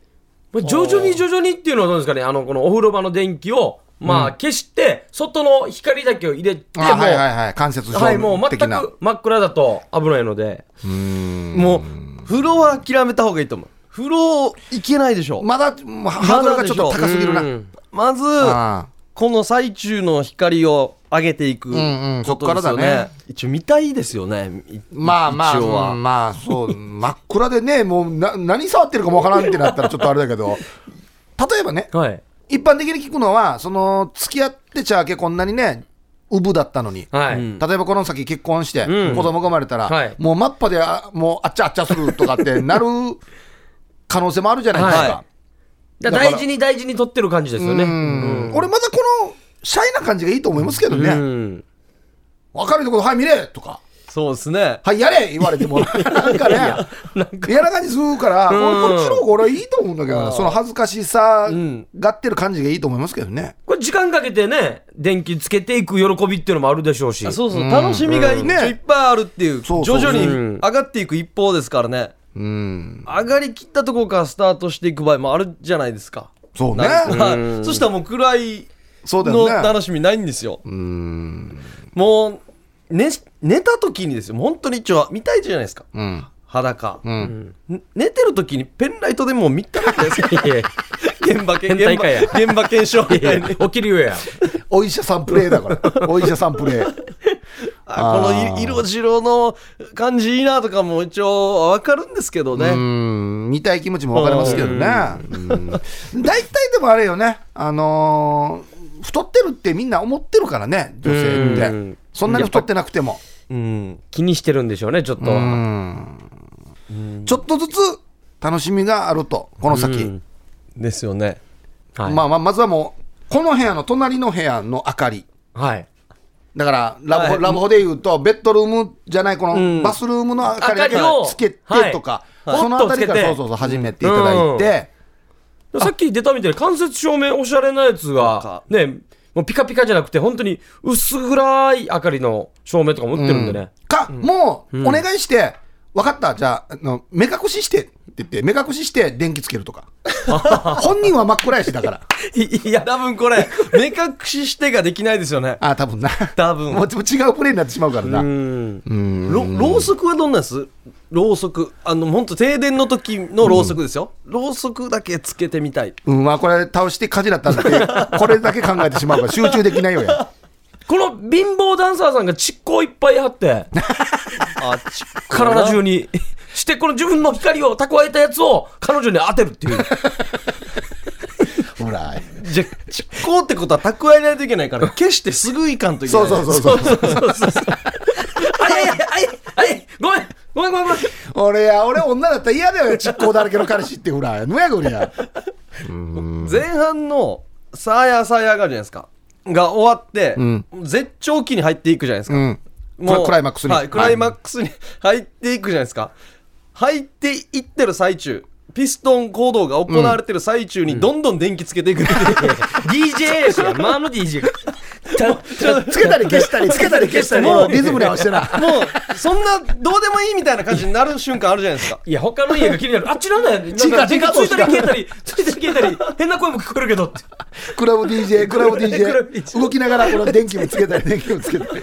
Speaker 2: まあ徐々に徐々にっていうのはどうですかねあの、このお風呂場の電気を、まあ、消して、外の光だけを入れて、
Speaker 3: あ
Speaker 2: もう、
Speaker 3: はいはいはい間接照
Speaker 2: はい、も
Speaker 3: 明
Speaker 2: う
Speaker 3: 的
Speaker 2: 全
Speaker 3: な、
Speaker 2: く真っ暗だと危ないので。
Speaker 1: もう風呂は諦めた方がいいと思う風呂いけないでしょ、ま
Speaker 3: まだもうハードルがちょっと高すぎるな、
Speaker 2: うん
Speaker 1: ず
Speaker 3: ああ
Speaker 1: この最中の光を上げていく
Speaker 3: んうん
Speaker 1: ことですよね,、
Speaker 3: そっからだね
Speaker 1: 一応見たいですよねい
Speaker 3: まあまあ、
Speaker 1: 一応は、
Speaker 3: うんまあそう、真っ暗でね、もうな何触ってるかもわからんってなったらちょっとあれだけど、例えばね、
Speaker 2: はい。
Speaker 3: 一般的に聞くのは、その、付き合ってちゃあけこんなにね、ウブだったのに、
Speaker 2: はい。
Speaker 1: うん
Speaker 3: 例えばこの先結婚して、
Speaker 2: うん
Speaker 3: 子供が生まれたら、
Speaker 2: はい
Speaker 3: もうマッパであ、もうあっちゃあっちゃするとかってなる可能性もあるじゃないですか。
Speaker 1: は
Speaker 2: だから大事に大事に取ってる感じですよね。
Speaker 3: うん俺まだこの、シャイな感じがいいと思いますけど
Speaker 2: う
Speaker 3: ね。
Speaker 2: ん。
Speaker 3: 明るいところ、はい見れとか、
Speaker 1: そうですね
Speaker 3: はいやれ言われても、なんかね。
Speaker 2: なん
Speaker 3: 嫌な感じするから、
Speaker 2: う
Speaker 3: こ
Speaker 2: ん
Speaker 3: っちの方が俺はいいと思うんだけどな、その恥ずかしさがってる感じがいいと思いますけどね。
Speaker 2: これ時間かけてね、電気つけていく喜びっていうのもあるでしょうし。
Speaker 1: あそうそう、楽しみが一応
Speaker 3: ね
Speaker 1: いっぱいあるっていう、
Speaker 3: そ
Speaker 1: 徐
Speaker 3: うそう
Speaker 1: 々に
Speaker 2: うん
Speaker 1: 上がっていく一方ですからね、
Speaker 3: うん。
Speaker 1: 上がりきったところからスタートしていく場合もあるじゃないですか。
Speaker 3: そうね。
Speaker 1: なんかそしたらもう暗い
Speaker 3: そうだ
Speaker 1: の
Speaker 3: よね。
Speaker 1: 楽しみないんですよ。
Speaker 3: うん。
Speaker 1: もう、寝、寝た時にですよ、本当に一応見たいじゃないですか、
Speaker 3: うん。
Speaker 1: 裸。
Speaker 3: うん。
Speaker 1: ん寝てる時にペンライトでもう見たらいいですよ
Speaker 2: いやいや
Speaker 1: 現場検
Speaker 2: 変態
Speaker 1: 現
Speaker 2: か
Speaker 1: 場
Speaker 2: や
Speaker 1: 現場検証みたいに。
Speaker 2: 起きるよや。
Speaker 3: お医者さんプレイだから。お医者さんプレイ。
Speaker 1: あこ
Speaker 3: あ
Speaker 1: の
Speaker 3: ー
Speaker 1: い色白の感じいいなとかも一応わかるんですけどね。
Speaker 3: うん。見たい気持ちもわかりますけどね。うん大体でもあれよね。あのー太ってるってみんな思ってるからね、女性
Speaker 2: う
Speaker 3: って
Speaker 2: ん。
Speaker 3: そんなに太ってなくても。
Speaker 1: うん。
Speaker 2: 気にしてるんでしょうね、ちょっと
Speaker 3: う
Speaker 2: は。
Speaker 3: んちょっとずつ楽しみがあると、この先。
Speaker 2: うん
Speaker 1: ですよね。
Speaker 2: はい。
Speaker 3: まあまあ、まずはもう、この部屋の隣の部屋の明かり。
Speaker 2: はい。
Speaker 3: だから、ラブホ、
Speaker 1: はい
Speaker 3: ラブホで言うと、ベッドルームじゃない、こ
Speaker 1: ん
Speaker 3: のバスルームの明かりだか
Speaker 2: 明からりを
Speaker 3: つけてとか、
Speaker 2: はい
Speaker 3: そのあたりか
Speaker 2: ポ
Speaker 3: ら、そ
Speaker 2: ッとつけて
Speaker 3: うそうそう、始めていただいて、
Speaker 2: さっき出たみたいに間接照明おしゃれなやつが
Speaker 1: か、
Speaker 2: ね、もうピカピカじゃなくて、本当に薄暗い明かりの照明とかも売ってるんでね。
Speaker 3: か、もう、お願いして、分かった、じゃああの、目隠ししてって言って、目隠しして電気つけるとか。本人は真っ暗やし、だから。
Speaker 1: いや、多分これ、 目隠ししてができないですよね。
Speaker 3: ああ、多分な。
Speaker 1: 多分
Speaker 3: もうもう違うプレイになってしまうからな。
Speaker 2: うん。
Speaker 1: ろろうそくはどんなんですろうそく。あの、本当停電の時のろうそくですよ。ろうそくだけつけてみたい。
Speaker 3: うん、まあ、これ倒して火事だったんだって、これだけ考えてしまうから、集中できないよや。
Speaker 2: この貧乏ダンサーさんが窒光いっぱい貼って、
Speaker 1: あ、ち
Speaker 2: 体中に。して、この自分の光を蓄えたやつを彼女に当てるっていう。
Speaker 3: ほら。
Speaker 1: じゃ、実行ってことは蓄えないといけないから、消してすぐいかんといけな
Speaker 3: そ
Speaker 1: い。
Speaker 3: うそうそうそう。
Speaker 2: あいやいや、あいあいごめんごめんごめん ごめん
Speaker 3: 俺や、俺女だったら嫌だよ、実行だらけの彼氏って、ほら。無やこりゃ。
Speaker 1: 前半の、さあやさあやがあるじゃないですか。が終わって、
Speaker 3: ん
Speaker 1: 絶頂期に入っていくじゃないですか。
Speaker 3: うん。
Speaker 1: もう
Speaker 3: クライマックスに。
Speaker 1: はい、クライマックスに入っていくじゃないですか。入っていってる最中、ピストン行動が行われてる最中に、どんどん電気つけていくっ ていう
Speaker 2: DJ ですよ、間の DJ が。
Speaker 3: はいつけたり消したり、つけたり消したり、
Speaker 1: もう
Speaker 3: リズムに合わせてな。
Speaker 1: もう、そんな、どうでもいいみたいな感じになる瞬間あるじゃないですか。
Speaker 2: いや、他の家が気になる。あっちなんだよ。なん
Speaker 3: 自
Speaker 2: か
Speaker 3: 家
Speaker 2: 電気
Speaker 3: 自家
Speaker 2: ついたり消えたり、ついたり消えたり、変な声も聞こえるけどって。
Speaker 3: クラブ DJ、クラブ
Speaker 2: クラブ
Speaker 3: DJ。
Speaker 2: DJ
Speaker 3: 動きながら、この電気もつけたり、電気もつけたり。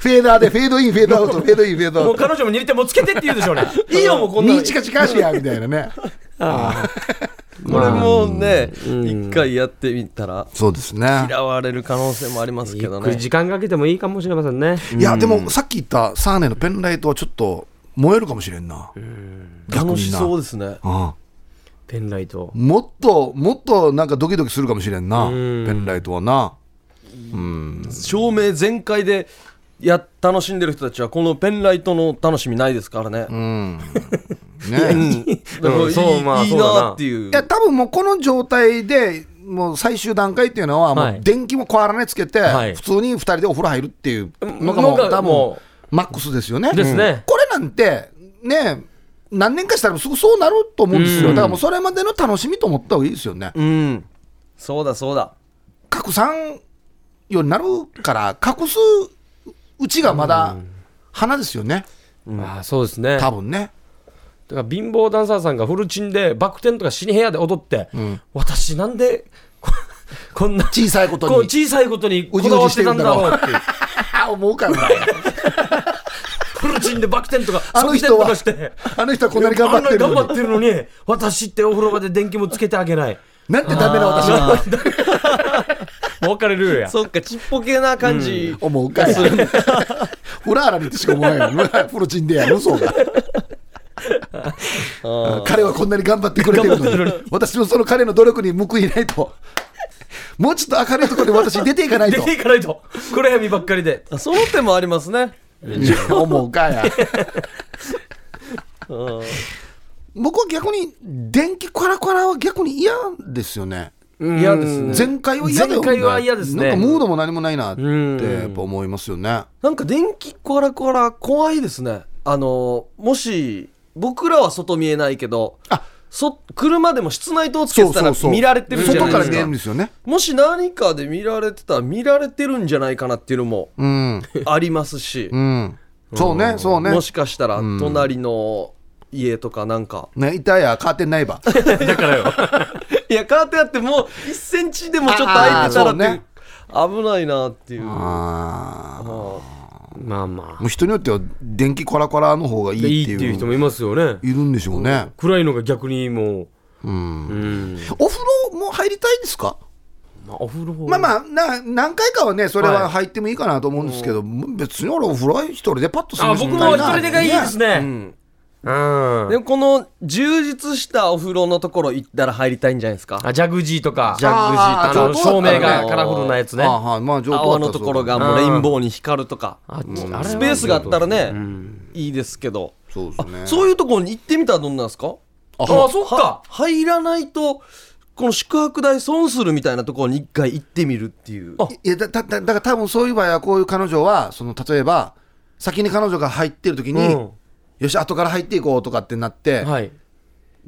Speaker 3: フェーダーで、フェードイン、フェードアウト、フェードイン、フェードア
Speaker 2: もう
Speaker 3: ウト。
Speaker 2: 彼女も握ってもうつけてって言うでしょうね。いいよ、もうこんな
Speaker 3: に
Speaker 2: の。
Speaker 3: チカチカしや、みたいなね。
Speaker 1: これもね、一回やってみたら、
Speaker 3: そうですね。
Speaker 1: 嫌われる可能性もありますけ
Speaker 2: ゆっ
Speaker 1: ど
Speaker 2: くり
Speaker 1: ね。
Speaker 2: 時間かけてもいいかもしれませんね。
Speaker 3: いや、でも、さっき言ったサーネのペンライトはちょっと燃えるかもしれんな。逆にな
Speaker 1: 楽しそうですね。
Speaker 3: うん
Speaker 2: ペンライト。
Speaker 3: もっと、もっとなんかドキドキするかもしれんな、ペンライトはな。うん
Speaker 1: 照明全開でや楽しんでる人たちはこのペンライトの楽しみないですからね
Speaker 3: う。ん
Speaker 1: う
Speaker 3: ね
Speaker 1: ん、だからいい
Speaker 2: そうまあ
Speaker 1: いい
Speaker 2: そうだな
Speaker 1: なっていう
Speaker 3: い。や多分もうこの状態でもう最終段階っていうのはも
Speaker 2: は
Speaker 3: う
Speaker 2: い
Speaker 3: 電気も変わらないつけて、
Speaker 2: はい
Speaker 3: 普通に2人でお風呂入るっていうのがもう
Speaker 2: のが
Speaker 3: 多分
Speaker 2: も
Speaker 3: マックスですよね。
Speaker 2: ですね
Speaker 3: これなんてね何年かしたらすぐそうなると思うんですよ、
Speaker 2: うん
Speaker 3: だからもうそれまでの楽しみと思った方がいいですよね。
Speaker 1: うん。そうだそうだ。
Speaker 3: 拡散ようになるから隠すうちがまだ花ですよね、
Speaker 2: ああそうですね
Speaker 3: 多分ね。
Speaker 2: だから貧乏ダンサーさんがフルチンでバク転とか死に部屋で踊って、
Speaker 3: ん
Speaker 2: 私なんでここんな
Speaker 3: 小さいことに
Speaker 2: こう小さいことにこだわってたんだろうっていう
Speaker 3: あ思うからな
Speaker 2: フルチンでバク転とか
Speaker 3: あ
Speaker 2: 側
Speaker 3: の
Speaker 2: 転
Speaker 3: 人
Speaker 2: と
Speaker 3: は
Speaker 2: かして
Speaker 3: あの人はこんなに頑張ってる
Speaker 2: あんなに頑張
Speaker 3: の
Speaker 2: っ
Speaker 3: に
Speaker 2: てるのに私ってお風呂場で電気もつけてあげない
Speaker 3: なんてダメな私は
Speaker 2: もう別れるよや
Speaker 1: そっか、ちっぽけな感じ。
Speaker 3: 思うから 裏あらにってしか思わないよプロチンでやるそうが彼はこんなに頑張ってくれてるのに私もその彼の努力に報いないともうちょっと明るいところで私出ていかない
Speaker 2: 出
Speaker 3: と
Speaker 2: ていかないと暗闇ばっかりで
Speaker 1: あその手もありますね。
Speaker 3: 思うかや。僕は逆に電気カラカラは逆に嫌ですよね。
Speaker 2: 嫌ですね
Speaker 3: 前回は嫌だよね。
Speaker 2: 前回は嫌ですね
Speaker 3: なんかムードも何もないなって
Speaker 2: ん
Speaker 3: やっぱ思いますよね。
Speaker 1: なんか電気コラコラ怖いですね。あの、もし、僕らは外見えないけど、
Speaker 3: あ
Speaker 1: そ車でも室内灯つけてたら見られてるじゃない
Speaker 3: 外か
Speaker 1: で
Speaker 3: ら
Speaker 1: す
Speaker 3: 見えるん
Speaker 1: か。
Speaker 3: ですよね。
Speaker 1: もし何かで見られてたら見られてるんじゃないかなっていうのも
Speaker 3: うん。
Speaker 1: ありますし、
Speaker 3: うん。そうね、そうね
Speaker 1: も。しかしたら隣の家とかなんか、
Speaker 3: ね、いたや、カーテンないば。ちょ
Speaker 2: だからよ
Speaker 1: いやカーテンあってもう1センチでもちょっと開いてたらっていう
Speaker 3: ね。
Speaker 1: 危ないなっていう。
Speaker 3: あー
Speaker 2: まあま
Speaker 3: もう人によっては電気カラカラの方がい
Speaker 2: あ
Speaker 3: い
Speaker 2: い
Speaker 3: っ
Speaker 2: いってて
Speaker 3: いう。
Speaker 2: いう人もいますよね
Speaker 3: いるんでしょうね。
Speaker 2: 暗いのが逆にも
Speaker 3: うん。
Speaker 2: ううん、
Speaker 3: お風呂も入りたいですか
Speaker 2: まあ、お風呂
Speaker 3: まあまあな何回かはねそれ
Speaker 2: は
Speaker 3: はい入ってもいいかなと思うんですけど、別に俺お風呂は一人でパッとする
Speaker 2: あ僕も一人でがいいですね
Speaker 1: うん
Speaker 2: うん
Speaker 1: でもこの充実したお風呂のところ行ったら入りたいんじゃないですか
Speaker 2: あジャグジーとか
Speaker 1: ジャグジー
Speaker 2: あ
Speaker 1: とか
Speaker 3: あ
Speaker 2: の照明が
Speaker 1: あ
Speaker 2: カラフルなやつね
Speaker 3: ねあはいまあ上
Speaker 1: 泡のところがもうレインボーに光るとか
Speaker 2: あちあれは
Speaker 1: スペースがあったらね、いいですけど
Speaker 3: そうですね
Speaker 1: そういうところに行ってみたらどんなんですか
Speaker 2: あそ
Speaker 1: は
Speaker 2: っか
Speaker 1: 入らないとこの宿泊代損するみたいなところに一回行ってみるっていう
Speaker 2: あ
Speaker 3: いやだだだだから多分そういう場合はこういう彼女はその例えば先に彼女が入ってる時に、
Speaker 2: うん
Speaker 3: よし後から入っていこうとかってなって、
Speaker 2: はい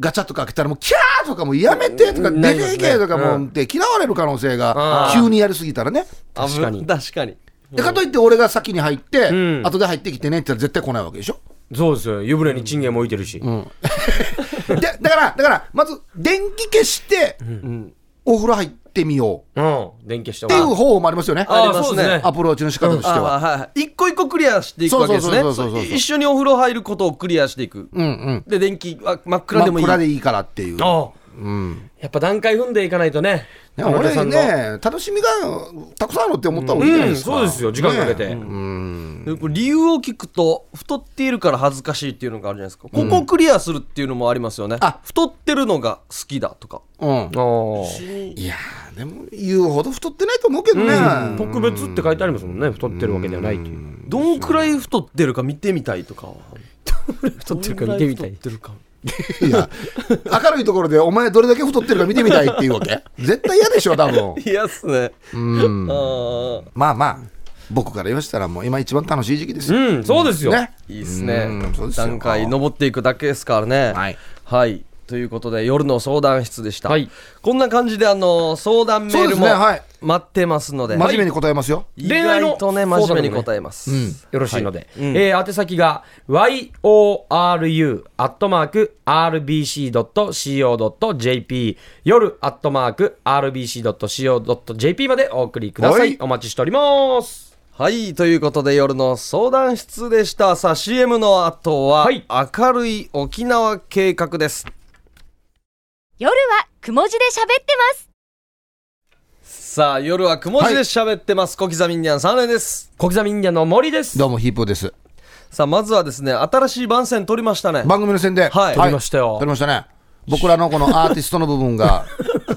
Speaker 3: ガチャとか開けたらもうキャーとかもうやめてとか
Speaker 2: うんな
Speaker 3: 出
Speaker 2: ります
Speaker 3: て
Speaker 2: ね
Speaker 3: いけとかも
Speaker 2: う
Speaker 3: うって嫌われる可能性が
Speaker 2: あー
Speaker 3: 急にやりすぎたらね
Speaker 2: 確かに
Speaker 1: 確かに
Speaker 3: でかといって俺が先に入って、
Speaker 2: うん
Speaker 3: 後で入ってきてねって言ったら絶対来ないわけでしょ
Speaker 2: そうですよ湯船にチンゲンも置いてるし、
Speaker 3: でだから、だから、まず電気消して、お風呂入ってみよう
Speaker 2: うん、電気した
Speaker 3: っていう方
Speaker 2: う
Speaker 3: 法もありますよね、
Speaker 1: あ
Speaker 2: あ
Speaker 1: り
Speaker 2: り
Speaker 1: ま
Speaker 2: ますす
Speaker 1: ね
Speaker 2: ね
Speaker 3: アプローチの仕方として
Speaker 1: あ
Speaker 3: は。
Speaker 1: はいはい一個一個クリアしていくわけですね
Speaker 3: そうそうそうそうそうそう
Speaker 1: 一緒にお風呂入ることをクリアしていく
Speaker 3: うんうん。
Speaker 1: で電気は真っ
Speaker 3: 真
Speaker 1: 暗
Speaker 3: っ
Speaker 1: でもいい
Speaker 3: 暗でいいからっていう。
Speaker 2: あ
Speaker 3: うん、
Speaker 2: やっぱ段階踏んでいかないとね
Speaker 3: ね
Speaker 2: 田中
Speaker 3: 俺
Speaker 2: さんの
Speaker 3: ね、楽しみがたくさんあるって思った方がいいじゃな
Speaker 2: う
Speaker 3: いで
Speaker 2: ん
Speaker 3: すか。
Speaker 2: そうですよ時間かけて、
Speaker 3: ねうん。
Speaker 1: でこれ理由を聞くと太っているから恥ずかしいっていうのがあるじゃないですかここをクリアするっていうのもありますよね、
Speaker 3: あ
Speaker 1: 太ってるのが好きだとか
Speaker 3: うん。
Speaker 2: あ
Speaker 3: いやー、でも言うほど太ってないと思うけどね。
Speaker 2: あ、特別って書いてありますもんね太ってるわけではないっていう
Speaker 1: どんくらい太ってるか見てみたいとか
Speaker 2: 太ってるか見てみたい
Speaker 1: 太ってるか
Speaker 3: いや、明るいところでお前どれだけ太ってるか見てみたいっていうわ け絶対嫌でしょ、多分。
Speaker 1: 嫌っすね
Speaker 3: うん
Speaker 1: あ。ー
Speaker 3: まあまあ、僕から言わせたらもう今一番楽しい時期ですよ。
Speaker 2: うんそうですよ、
Speaker 3: ね。
Speaker 1: いいっすね
Speaker 3: うんそうですよ
Speaker 1: 段階登っていくだけですからね
Speaker 3: はい、
Speaker 1: はいということで夜の相談室でした、
Speaker 2: はい
Speaker 1: こんな感じであの相談メール
Speaker 3: そうです
Speaker 1: も
Speaker 3: ねはい
Speaker 1: 待ってますので
Speaker 3: 真面目に答えますよ。
Speaker 1: 意外とね
Speaker 2: 恋愛の
Speaker 1: 真面目に答えます、
Speaker 2: よろしいので、
Speaker 1: うん
Speaker 2: えー宛先が yoru.rbc.co.jp 夜 .rbc.co.jp までお送りください、
Speaker 3: はい
Speaker 2: お待ちしております
Speaker 1: はい。ということで、夜の相談室でした。さあ、CM の後は、
Speaker 2: はい
Speaker 1: 明るい沖縄計画です。
Speaker 6: 夜はくも字で喋ってます
Speaker 1: さあ、夜はくも字で喋ってます。小刻みにゃん3連です。
Speaker 2: 小刻みインディアンの森です
Speaker 3: どうも、ヒープーです。
Speaker 1: さあ、まずはですね、新しい番宣取りましたね。
Speaker 3: 番組の宣伝。
Speaker 1: はい
Speaker 2: 撮りましたよ
Speaker 3: 撮りましたね。僕らのこのアーティストの部分が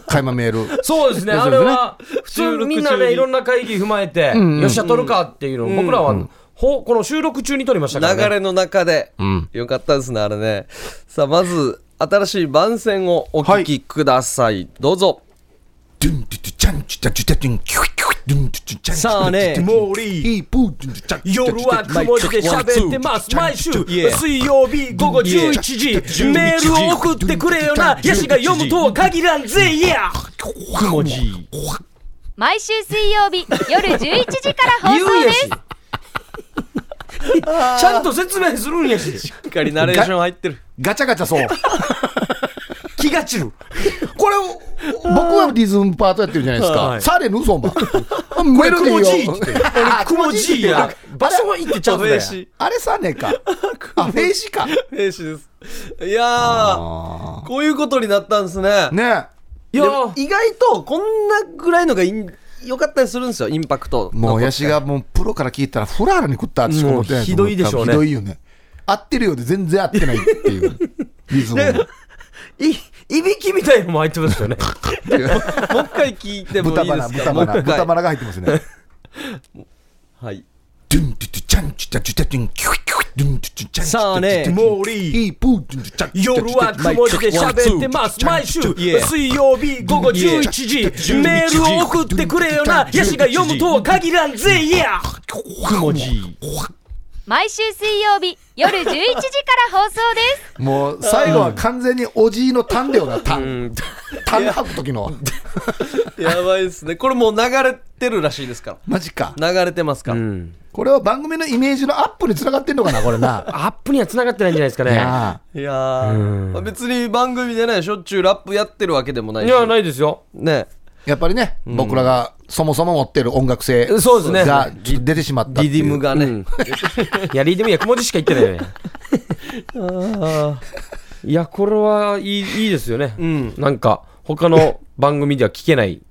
Speaker 3: 垣間見える。
Speaker 2: そうですね、
Speaker 3: です
Speaker 2: あ
Speaker 3: よ
Speaker 2: れ
Speaker 3: ね
Speaker 2: は、普通みんなね、いろんな会議踏まえて、
Speaker 3: んうん
Speaker 2: よっしゃ、撮るかっていうのを、僕らは、ほこの収録中に撮りましたからね。
Speaker 1: 流れの中で、
Speaker 3: ん
Speaker 1: よかったですねあれねさあまず新しい番宣をお聞きください、どうぞ
Speaker 3: ドゥンドゥドゥチャンチュタチュタチュンキュイキュイドゥンドゥドゥチャンチュ
Speaker 1: さあね
Speaker 3: チュタチュ
Speaker 2: モーリー
Speaker 3: ヒープードゥンドゥチャンチュ
Speaker 2: 夜
Speaker 3: タチュ
Speaker 2: は曇りで喋ってます毎週水曜日午後11時メールを送ってくれよなヤシが読むとは限らんぜいや
Speaker 3: 雲字
Speaker 6: 毎週水曜日夜11時から放
Speaker 1: 言う
Speaker 6: 送
Speaker 1: や
Speaker 6: で
Speaker 1: し
Speaker 6: す
Speaker 2: ちゃんと説明するんやし
Speaker 1: しっかりナレーション入ってる
Speaker 3: ガチャガチャそう。
Speaker 2: 気が散る
Speaker 3: これを、僕はリズムパートやってるじゃないです
Speaker 2: は
Speaker 3: か。
Speaker 2: い
Speaker 3: サレヌソン バ。メロディーを。
Speaker 2: 俺雲 G や場所は行ってちゃうんだよ
Speaker 3: あれサネか。あ、フェイシか。
Speaker 1: 兵士ですいやーこういうことになったんですね
Speaker 3: ね
Speaker 2: い
Speaker 1: い
Speaker 2: や
Speaker 1: や意外とこんなぐらいのがいん良かったりするんですよインパクト
Speaker 3: もう、ヤシがもうプロから聞いたら、フラーラに食ったってしか思ってないと思
Speaker 2: もうひどいでしょうね
Speaker 3: 多分ひどいよね。合ってるようで全然合ってないっていう。リ ズムも。
Speaker 2: いいびきみたいのも入ってますよね
Speaker 1: もう一回聞いてもいい
Speaker 3: 豚
Speaker 1: で
Speaker 3: 鼻、
Speaker 1: すか
Speaker 3: 豚
Speaker 1: もう一
Speaker 3: 鼻、
Speaker 1: 回
Speaker 3: 豚鼻が入ってますね。
Speaker 1: はい
Speaker 3: ドゥンドゥドゥチャンチュタチュタチュンキュイキュイドゥンドゥドゥチャンチュ
Speaker 1: さあね
Speaker 3: チュタチュ
Speaker 2: モーリー
Speaker 3: ヒープードゥンドゥチャンチュタ
Speaker 2: 夜
Speaker 3: チュ
Speaker 2: は曇りで喋ってます毎週水曜日午後11時メールを送ってくれよなヤシが読むとは限らんぜいや
Speaker 3: 雲字
Speaker 6: 毎週水曜日夜11時から放送です
Speaker 3: もう最後は完全におじいのタンだよな、タン。タン吐く時の。
Speaker 1: やばいですねこれもう流れてるらしいですか
Speaker 3: マジか。
Speaker 1: ら流れてますから、
Speaker 3: これは番組のイメージのアップにつながってんのかな、これな。
Speaker 2: アップには繋がってないんじゃないですかね。
Speaker 3: なあ
Speaker 1: いやー、まあ別に番組でねしょっちゅうラップやってるわけでもないし
Speaker 2: いや、ないですよ。
Speaker 1: ね
Speaker 3: やっぱりね、僕らがそもそも持ってる音楽性
Speaker 2: そうですね
Speaker 3: がちょっと出てしまったってい
Speaker 1: リ
Speaker 3: う
Speaker 1: ディムが
Speaker 2: う
Speaker 1: ね、
Speaker 2: ん。 いや、リーディムや、くも字しか言ってないよね。 いや、これはいい、いいですよね。
Speaker 1: ん
Speaker 2: なんか、他の番組では聞けない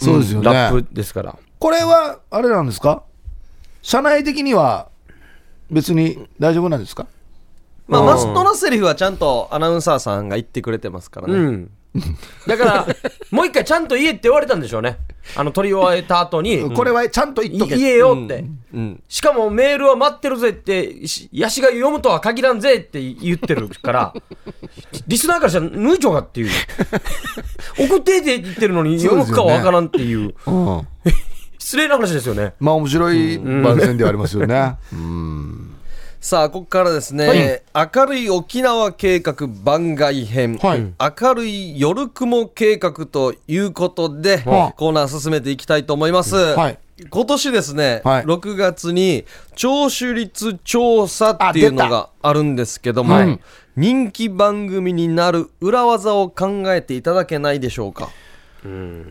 Speaker 3: そうですよね。
Speaker 2: ラップですから。
Speaker 3: これは、あれなんですか社内的には別に大丈夫なんですか
Speaker 1: まあ、
Speaker 2: うん
Speaker 1: マストのセリフはちゃんとアナウンサーさんが言ってくれてますからね、
Speaker 2: うん。だから、もう一回ちゃんと言えって言われたんでしょうね。あの、撮り終えた後に、
Speaker 3: これはちゃんと言っ
Speaker 2: い
Speaker 3: とけ。
Speaker 2: 言えよって。
Speaker 1: うん
Speaker 2: しかもメールは待ってるぜって、しヤシが読むとは限らんぜって言ってるから、 リスナーからしたら抜いちょうがっていう。 送ってって言ってるのに
Speaker 3: そう
Speaker 2: 読
Speaker 3: で
Speaker 2: む
Speaker 3: すよね
Speaker 2: かはわからんっていう。
Speaker 3: うん
Speaker 2: 失礼な話ですよね。
Speaker 3: まあ面白い番宣ではありますよね。うん
Speaker 1: さあここからですね、明るい沖縄計画番外編、
Speaker 3: はい
Speaker 1: 明るい夜雲計画ということで、
Speaker 3: はい
Speaker 1: コーナー進めていきたいと思います、
Speaker 3: はい
Speaker 1: 今年ですね、
Speaker 3: はい
Speaker 1: 6月に聴取率調査っていうのがあるんですけども、
Speaker 3: あ出たはい
Speaker 1: 人気番組になる裏技を考えていただけないでしょうか、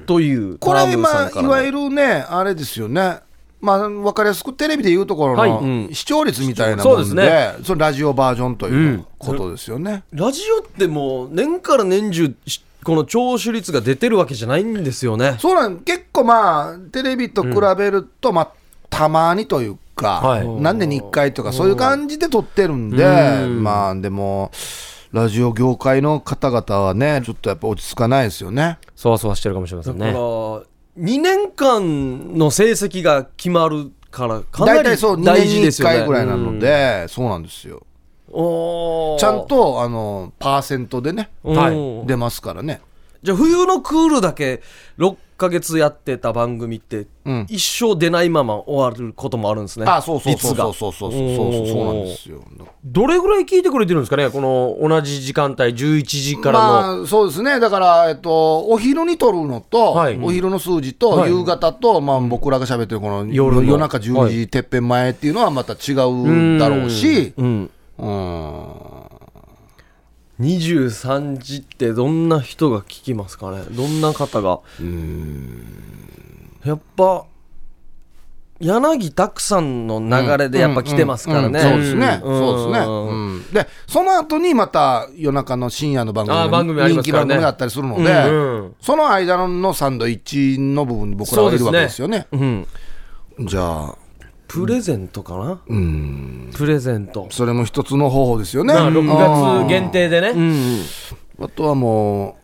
Speaker 1: という
Speaker 3: こ
Speaker 1: ト
Speaker 3: れ今
Speaker 1: ラ
Speaker 3: い
Speaker 1: ム
Speaker 3: わ
Speaker 1: さんから
Speaker 3: ゆ
Speaker 1: の
Speaker 3: るねあれですよねまあ分かりやすくテレビでいうところ
Speaker 2: はい
Speaker 1: うん
Speaker 3: の視聴率みたいなも
Speaker 2: そ
Speaker 3: ん
Speaker 2: う
Speaker 3: で,、
Speaker 2: で
Speaker 3: そのラジオバージョンということですよね、
Speaker 1: ラジオってもう年から年中しこの聴取率が出てるわけじゃないんですよね
Speaker 3: そうなん結構まあテレビと比べると、まあたまにというか、
Speaker 2: はい
Speaker 3: 何年に1回とかそういう感じで撮ってるんでまあでもラジオ業界の方々はねちょっとやっぱ落ち着かないですよね
Speaker 2: そわそわしてるかもしれません
Speaker 1: だから
Speaker 2: ね。
Speaker 1: 2年間の成績が決まるからかな
Speaker 3: 大体
Speaker 1: り
Speaker 3: そう2
Speaker 1: 大
Speaker 3: 年
Speaker 1: 事
Speaker 3: に
Speaker 1: です
Speaker 3: 1
Speaker 1: よね
Speaker 3: 回ぐらいなので、そうなんですよ
Speaker 1: おー
Speaker 3: ちゃんとあのパーセントでね
Speaker 1: うん
Speaker 2: はい
Speaker 3: 出ますからね
Speaker 1: じゃあ冬のクールだけ6ヶ月やってた番組って、
Speaker 3: うん
Speaker 1: 一生出ないまま終わることもあるんですね
Speaker 3: あそうそうそう
Speaker 1: 率が
Speaker 3: そうそうそうそうそうそうなんですよ
Speaker 2: どれぐらい聞いてくれてるんですかねこの同じ時間帯、11時からの。
Speaker 3: まあ、そうですねだから、えっと、お昼に取るのと、
Speaker 2: はい
Speaker 3: お昼の数字と、
Speaker 2: はい
Speaker 3: 夕方と、まあ、僕らが喋ってるこの
Speaker 2: 夜の
Speaker 3: 夜中12時、
Speaker 2: はい
Speaker 3: てっぺん前っていうのはまた違うだろうし
Speaker 1: うん、
Speaker 3: うん
Speaker 1: 23時ってどんな人が聞きますかねどんな方がやっぱ柳拓さんの流れでやっぱ来てますからね、
Speaker 3: うんうんそうですね、
Speaker 1: うん
Speaker 3: そうですね、うんでその後にまた夜中の深夜の番組
Speaker 2: あー番組
Speaker 3: が
Speaker 2: ありま
Speaker 3: 人
Speaker 2: す
Speaker 3: 気
Speaker 2: から
Speaker 3: 番
Speaker 2: ね
Speaker 3: 組だったりするので、
Speaker 2: うんうん
Speaker 3: その間のサンドイッチの部分に僕らはいるわけですよね
Speaker 1: うん
Speaker 3: じゃあ
Speaker 1: プレゼントかな、プレゼント
Speaker 3: それも一つの方法ですよね
Speaker 2: まあ、6月限定でね。
Speaker 1: うん
Speaker 3: あとはも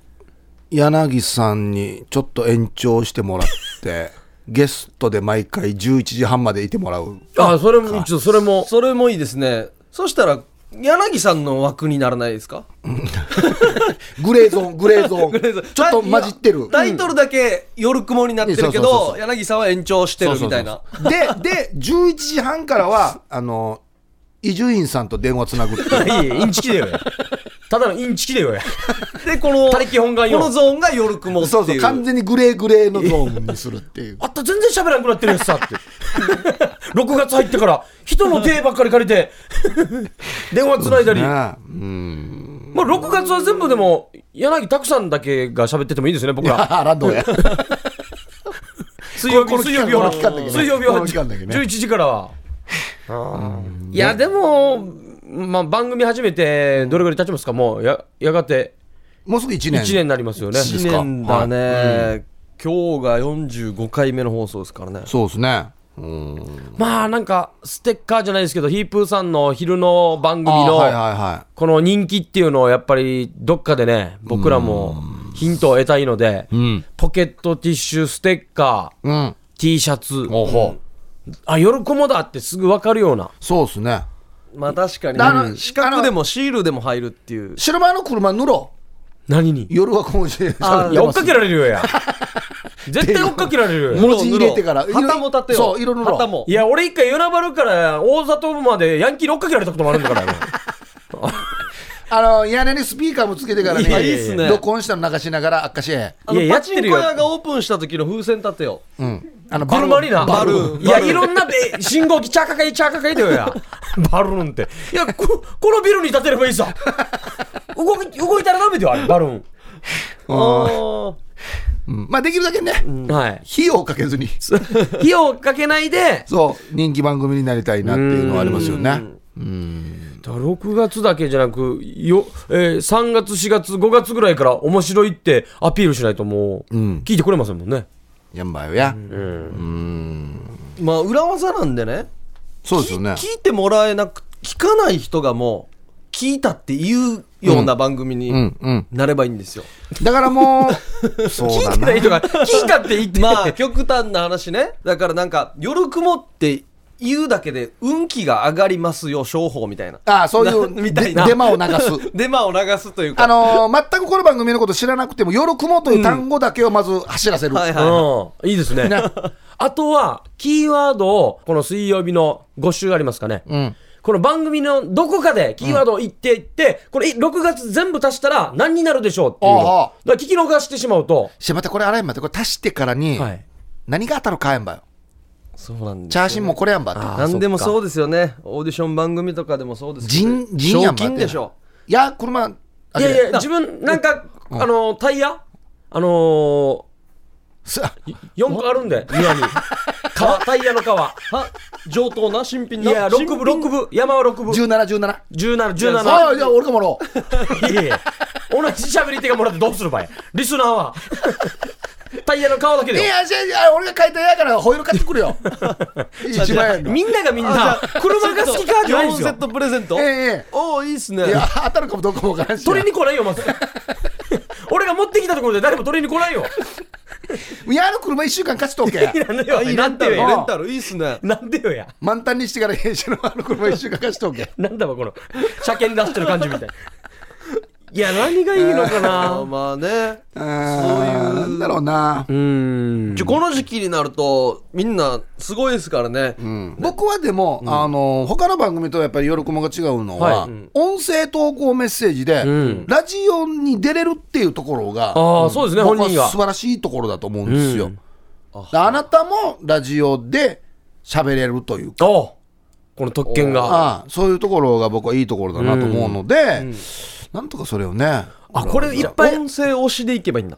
Speaker 3: う柳さんにちょっと延長してもらって ゲストで毎回11時半までいてもらう
Speaker 2: あそれも一応それも
Speaker 1: それもいいですねそしたら柳さんの枠にならないですか
Speaker 3: グレーゾー ングレーゾーンちょっと混じってる
Speaker 1: タイトルだけ夜雲になってるけ
Speaker 3: うんそうそうそう
Speaker 1: ど
Speaker 3: そう
Speaker 1: 柳さんは延長してるみたいな
Speaker 3: そうそうそうでで11時半からはあの伊集院さんと電話つなぐっていう
Speaker 2: い やいやインチキだよやただのインチキだよや
Speaker 1: でこ の
Speaker 2: 他力本願
Speaker 1: こ
Speaker 2: よ
Speaker 1: のゾーンが夜雲っていう
Speaker 3: そうそう完全にグレーグレーのゾーンにするっていう
Speaker 2: あった全然喋らなくなってるやつさって6月入ってから人の手ばっかり借りて 電話つないだり、まあ、
Speaker 3: なあうん
Speaker 2: 6月は全部でも柳拓さんだけが喋っててもいいですよね僕ら
Speaker 3: あランドや
Speaker 2: 水曜日
Speaker 3: この
Speaker 2: 水曜日
Speaker 3: こ
Speaker 2: は
Speaker 3: の期間だけね
Speaker 2: 水曜日
Speaker 3: こ
Speaker 2: は
Speaker 3: の期間だけね
Speaker 2: 11時からは、いやでも、まあ、番組始めてどれぐらい経ちますかもうややがて
Speaker 3: もうすぐ1年
Speaker 2: 1年になりますよね
Speaker 3: 一
Speaker 1: 1年だね、今日が45回目の放送ですからね
Speaker 3: そうですねうん
Speaker 2: まあなんかステッカーじゃないですけどヒープーさんの昼の番組
Speaker 3: あ
Speaker 2: の、
Speaker 3: はいはいはい
Speaker 2: この人気っていうのをやっぱりどっかでね僕らもヒントを得たいので、
Speaker 3: ん
Speaker 2: ポケットティッシュステッカ
Speaker 3: うん
Speaker 2: ー T シャツ、
Speaker 3: ほうほ
Speaker 2: あ夜雲だってすぐ分かるような
Speaker 3: そうですね
Speaker 1: まあ確かに、
Speaker 3: あの
Speaker 1: うん四角でもシールでも入るっていう
Speaker 3: 白バイの車塗ろう
Speaker 2: 何に
Speaker 3: 夜はこの時
Speaker 1: あ
Speaker 2: いや追っかけられるよや 絶対追っかけられるよ
Speaker 3: 文字入れてから色
Speaker 1: 旗も立てよ
Speaker 3: そう色塗ろう
Speaker 1: 旗も
Speaker 2: いや俺一回与那原から大里までヤンキーに追っかけられたこともあるんだからね
Speaker 3: あの屋根にスピーカーもつけてからね
Speaker 2: いやい
Speaker 1: やいや
Speaker 3: 録音したの流しながら明石へ
Speaker 1: あの
Speaker 2: いや
Speaker 1: パ
Speaker 2: やって
Speaker 1: チン
Speaker 2: る
Speaker 1: コ
Speaker 2: よ
Speaker 1: 屋がオープンした時の風船立てよ
Speaker 3: うんあのバルーン
Speaker 2: 車にな
Speaker 3: バルーン
Speaker 2: いやいろんなべ信号機チャカカイチャカカイだよや バルーンっていやここのビルに立てればいいさ 動き動いたらダメだよあれバルーン
Speaker 1: あ
Speaker 3: うんまあできるだけね
Speaker 2: はい。
Speaker 3: 費用をかけずに
Speaker 2: 火をかけないで、
Speaker 3: そう人気番組になりたいなっていうのはありますよね
Speaker 2: 6月だけじゃなく、よ、えー3月、4月、5月ぐらいから面白いってアピールしないともう、
Speaker 3: うん
Speaker 2: 聞いてくれませんもんね。
Speaker 3: やんばよや
Speaker 1: ーまあ裏技なんでね
Speaker 3: そうですよね
Speaker 1: 聞いてもらえなく聞かない人がもう聞いたっていうような番組
Speaker 3: う
Speaker 1: に
Speaker 3: んうん
Speaker 1: なればいいんですよ、
Speaker 3: だからも うそうだな
Speaker 2: 聞いとか、聞いたって言って、
Speaker 1: まあ極端な話ねだからなんか「夜雲」って言うだけで運気が上がりますよ商法みたいな
Speaker 3: ああそういう
Speaker 1: なみたい
Speaker 3: で
Speaker 1: な
Speaker 3: デマを流 す
Speaker 1: デマを流すという
Speaker 3: あ
Speaker 1: か
Speaker 3: のー全くこの番組のこと知らなくても「夜雲」という単語だけをまず走らせる
Speaker 1: はいはい
Speaker 2: うん、いいです ね。あとは、キーワードを、この水曜日の5週ありますかね。
Speaker 3: うん
Speaker 2: この番組のどこかでキーワードを言っていって、これ6月全部足したら何になるでしょうっていうの。だ
Speaker 3: ああ
Speaker 2: から聞き逃してしまうと、
Speaker 3: しまたこれ洗いまってこれ足してからに
Speaker 2: はい
Speaker 3: 何が当たるかやんばよ
Speaker 1: そうなんです
Speaker 3: チャーシンもこれやんばって
Speaker 2: あ
Speaker 1: 何でも
Speaker 2: そっか
Speaker 1: そうですよねオーディション番組とかでもそうですけ
Speaker 3: ジ
Speaker 1: ど
Speaker 3: ンジンやんばって
Speaker 1: 賞金でしょ
Speaker 3: いや車あ
Speaker 2: い
Speaker 3: げ
Speaker 2: や
Speaker 3: る
Speaker 2: いや、自分、なんか、あの、タイヤあの
Speaker 3: さ
Speaker 2: ー、4個あるんで、 庭に。革、タイヤの革。
Speaker 1: は上等な新品
Speaker 2: い
Speaker 1: な
Speaker 2: や、
Speaker 1: 新
Speaker 2: 6
Speaker 1: 品
Speaker 2: 部、6部、山は6部。17、
Speaker 3: 1717
Speaker 2: 17。
Speaker 3: ああじゃあ俺がもらおう
Speaker 2: いやいや、同じ喋り手がもらってどうするばい。リスナー は。タイヤの革だけ
Speaker 3: い
Speaker 2: でよ。
Speaker 3: やいやいや俺が買いたいやからホイール買ってくるよ一番やんの
Speaker 2: みんながみんな、車が好きかじゃないんです
Speaker 1: セ
Speaker 2: よ
Speaker 1: ッ。トプレゼント
Speaker 3: えええ
Speaker 1: おおいいっすね
Speaker 3: えいや当たるかもどうかもわからんし
Speaker 2: 取りに来ないよ、まず。 俺が持ってきたところで誰も取りに来ないよ。
Speaker 3: いやあの車1週間貸しとけ
Speaker 2: なんで
Speaker 1: あい
Speaker 2: よ、
Speaker 1: い
Speaker 2: な
Speaker 1: レ
Speaker 2: ん
Speaker 1: ン
Speaker 2: で
Speaker 1: タル
Speaker 2: よ。
Speaker 1: レンタルいいっすね
Speaker 2: なんでよや。
Speaker 3: 満タンにしてから編集のあの車1週間貸しとけ
Speaker 2: なんだわ、この、車検出してる感じみたい。 いや、何がいいのか
Speaker 1: まあ
Speaker 2: な。
Speaker 1: まあね
Speaker 3: そういうなんだろうな、
Speaker 2: うん
Speaker 1: ちょこの時期になるとみんなすごいですからね、
Speaker 3: 僕はでも、あの他の番組とやっぱり喜びが違うのは、
Speaker 2: はいうん
Speaker 3: 音声投稿メッセージで、
Speaker 2: ん
Speaker 3: ラジオに出れるっていうところが
Speaker 2: ああ、そうですね、本
Speaker 3: 僕は
Speaker 2: 人が
Speaker 3: 素。晴らしいところだと思うんですよ、
Speaker 2: うん
Speaker 3: あなたもラジオで喋れるというか
Speaker 2: おうこの特権が。
Speaker 3: ああそういうところが僕はいいところだなと思うので、なんとかそれをね
Speaker 2: あ、これいっぱい
Speaker 1: 音声推しでいけばいいんだ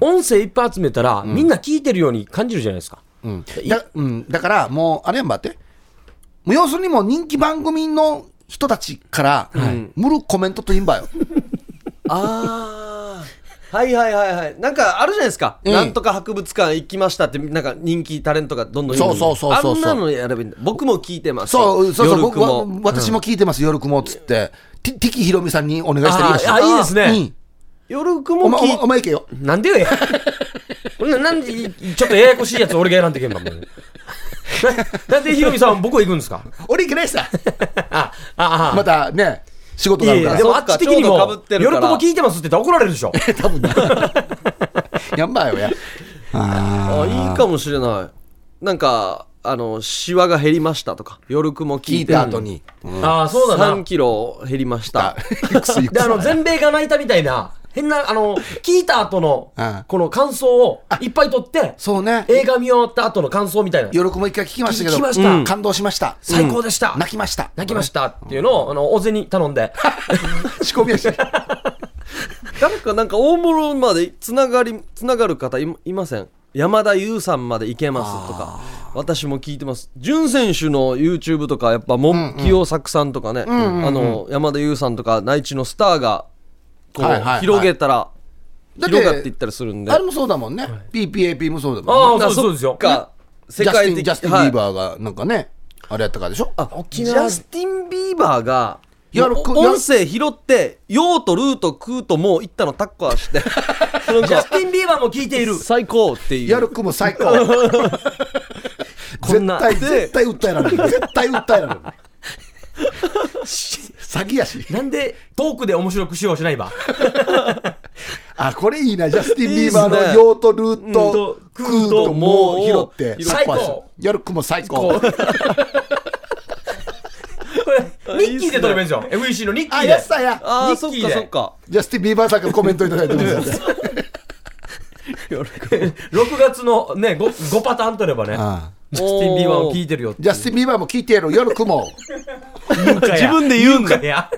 Speaker 2: 音声いっぱい集めたら、みんな聞いてるように感じるじゃないですか。
Speaker 3: うんだ,、うん、だからもうあれやんばってもう要するにもう人気番組の人たちから、無るコメントといいんばよ
Speaker 1: ああはいはいはいはいなんかあるじゃないですか、
Speaker 3: うん
Speaker 1: なんとか博物館行きましたってなんか人気タレントがどんどん
Speaker 3: そうそうそうそうそう
Speaker 1: あんなのやればいいんだ僕も聞いてます
Speaker 3: そうそうそう
Speaker 1: 夜
Speaker 3: 僕
Speaker 1: 雲
Speaker 3: は私も聞いてます、夜雲っつって、ティティキヒロミさんにお願いしたり
Speaker 2: ああ、いいですね。夜
Speaker 3: お
Speaker 2: 雲
Speaker 3: 前、
Speaker 2: 聞
Speaker 3: お
Speaker 2: い
Speaker 3: 前お前行けよ。
Speaker 2: なんでよや。 こんななんで、ちょっとややこしいやつ俺が選んでけんばもう。ななんでヒロミさん僕は行くんですか
Speaker 3: 俺行けないさ。
Speaker 2: あ、あ、あ、
Speaker 3: またね、仕事
Speaker 2: い
Speaker 3: があるから
Speaker 2: やいや、で
Speaker 3: さ。
Speaker 2: もあっち的に
Speaker 1: そっかちょうど
Speaker 2: も
Speaker 1: 被っ、て
Speaker 2: 喜
Speaker 1: るから
Speaker 2: ぼ聞いてますって言ったら怒られるでしょ。
Speaker 3: 多分な。やんばよや。
Speaker 1: あ
Speaker 3: あー
Speaker 1: いいかもしれないなんかあのシワが減りましたとか夜雲聞
Speaker 3: 聞
Speaker 1: い
Speaker 3: い
Speaker 1: て
Speaker 3: た後に。
Speaker 2: ああ、そうだ
Speaker 1: 3
Speaker 2: な。
Speaker 1: キロ減りました
Speaker 3: あいくついく
Speaker 2: で、
Speaker 3: つ
Speaker 2: あの、全米が泣いたみたいな、変な、あの、聞いた後の
Speaker 3: うん、
Speaker 2: この感想をいっぱい取って、
Speaker 3: そうね。
Speaker 2: 映画見終わった後の感想みたいな。
Speaker 3: 喜びも一回聞きましたけど、
Speaker 2: 聞きました
Speaker 3: うん感動しました。
Speaker 2: 最高でした。
Speaker 3: 泣きました。
Speaker 2: 泣きましたっていうのを、あの、大勢に頼んで。
Speaker 3: 仕込みやし。
Speaker 1: 誰かなんか大物までつながりつながる方いいません山田優さんまで行けますとか私も聞いてます潤選手の YouTube とかやっぱモンキオ作さんとかね、あの山田優さんとか内地のスターがこう、
Speaker 3: はいはいはい
Speaker 1: 広げたら
Speaker 3: だって
Speaker 1: 広がっていったりするんで
Speaker 3: あれもそうだもんね。PPAP もそうだもんね。
Speaker 2: ああ、
Speaker 1: だから
Speaker 2: そうです
Speaker 1: そっ
Speaker 2: よ。
Speaker 1: か世
Speaker 3: ジャステ
Speaker 1: 界
Speaker 3: ィン・
Speaker 1: 的
Speaker 3: ジャスティン・ビーバーが、なんかね、あれやったからでしょ
Speaker 1: はいあジャスティン・ビーバーが
Speaker 3: や
Speaker 1: もう
Speaker 3: こ
Speaker 1: 音声拾って用とルーと食うともう行ったのタッコアして なん
Speaker 2: ジャ
Speaker 1: か
Speaker 2: スティン・ビーバーも聞いている。
Speaker 1: 最高っていう
Speaker 3: やるくも最高。絶対、絶対訴えられない。絶対訴えられない。詐欺やし。
Speaker 2: なんでトークで面白くしようしないば。
Speaker 3: あ、これいいな。ジャスティン・ビーバ
Speaker 1: い
Speaker 3: ー
Speaker 1: いっすね
Speaker 3: の用途、ルー
Speaker 2: と
Speaker 3: ト、ク
Speaker 2: 空
Speaker 3: ー
Speaker 2: と
Speaker 3: ともう拾って、
Speaker 2: 最高
Speaker 3: やるくも最高。
Speaker 2: これ、ニッキーで撮ればいいんですよ。FEC のニッキー
Speaker 3: あ、
Speaker 2: で。
Speaker 3: やすさんや。
Speaker 1: ああ
Speaker 2: ニ
Speaker 1: そ
Speaker 2: ッ
Speaker 1: っ
Speaker 2: キー
Speaker 1: か
Speaker 2: で
Speaker 1: そっか
Speaker 3: ジャスティン・ビーバーさんからコメントいただいてます。
Speaker 2: 6月のね5、5パターン取ればね、
Speaker 3: ああ
Speaker 2: ジャスティン・ビーバーを聞いてるよって。
Speaker 3: ジャスティン・ビーバーも聞いてやろう。夜雲。
Speaker 2: 自
Speaker 1: 分で言うんだ
Speaker 2: かや。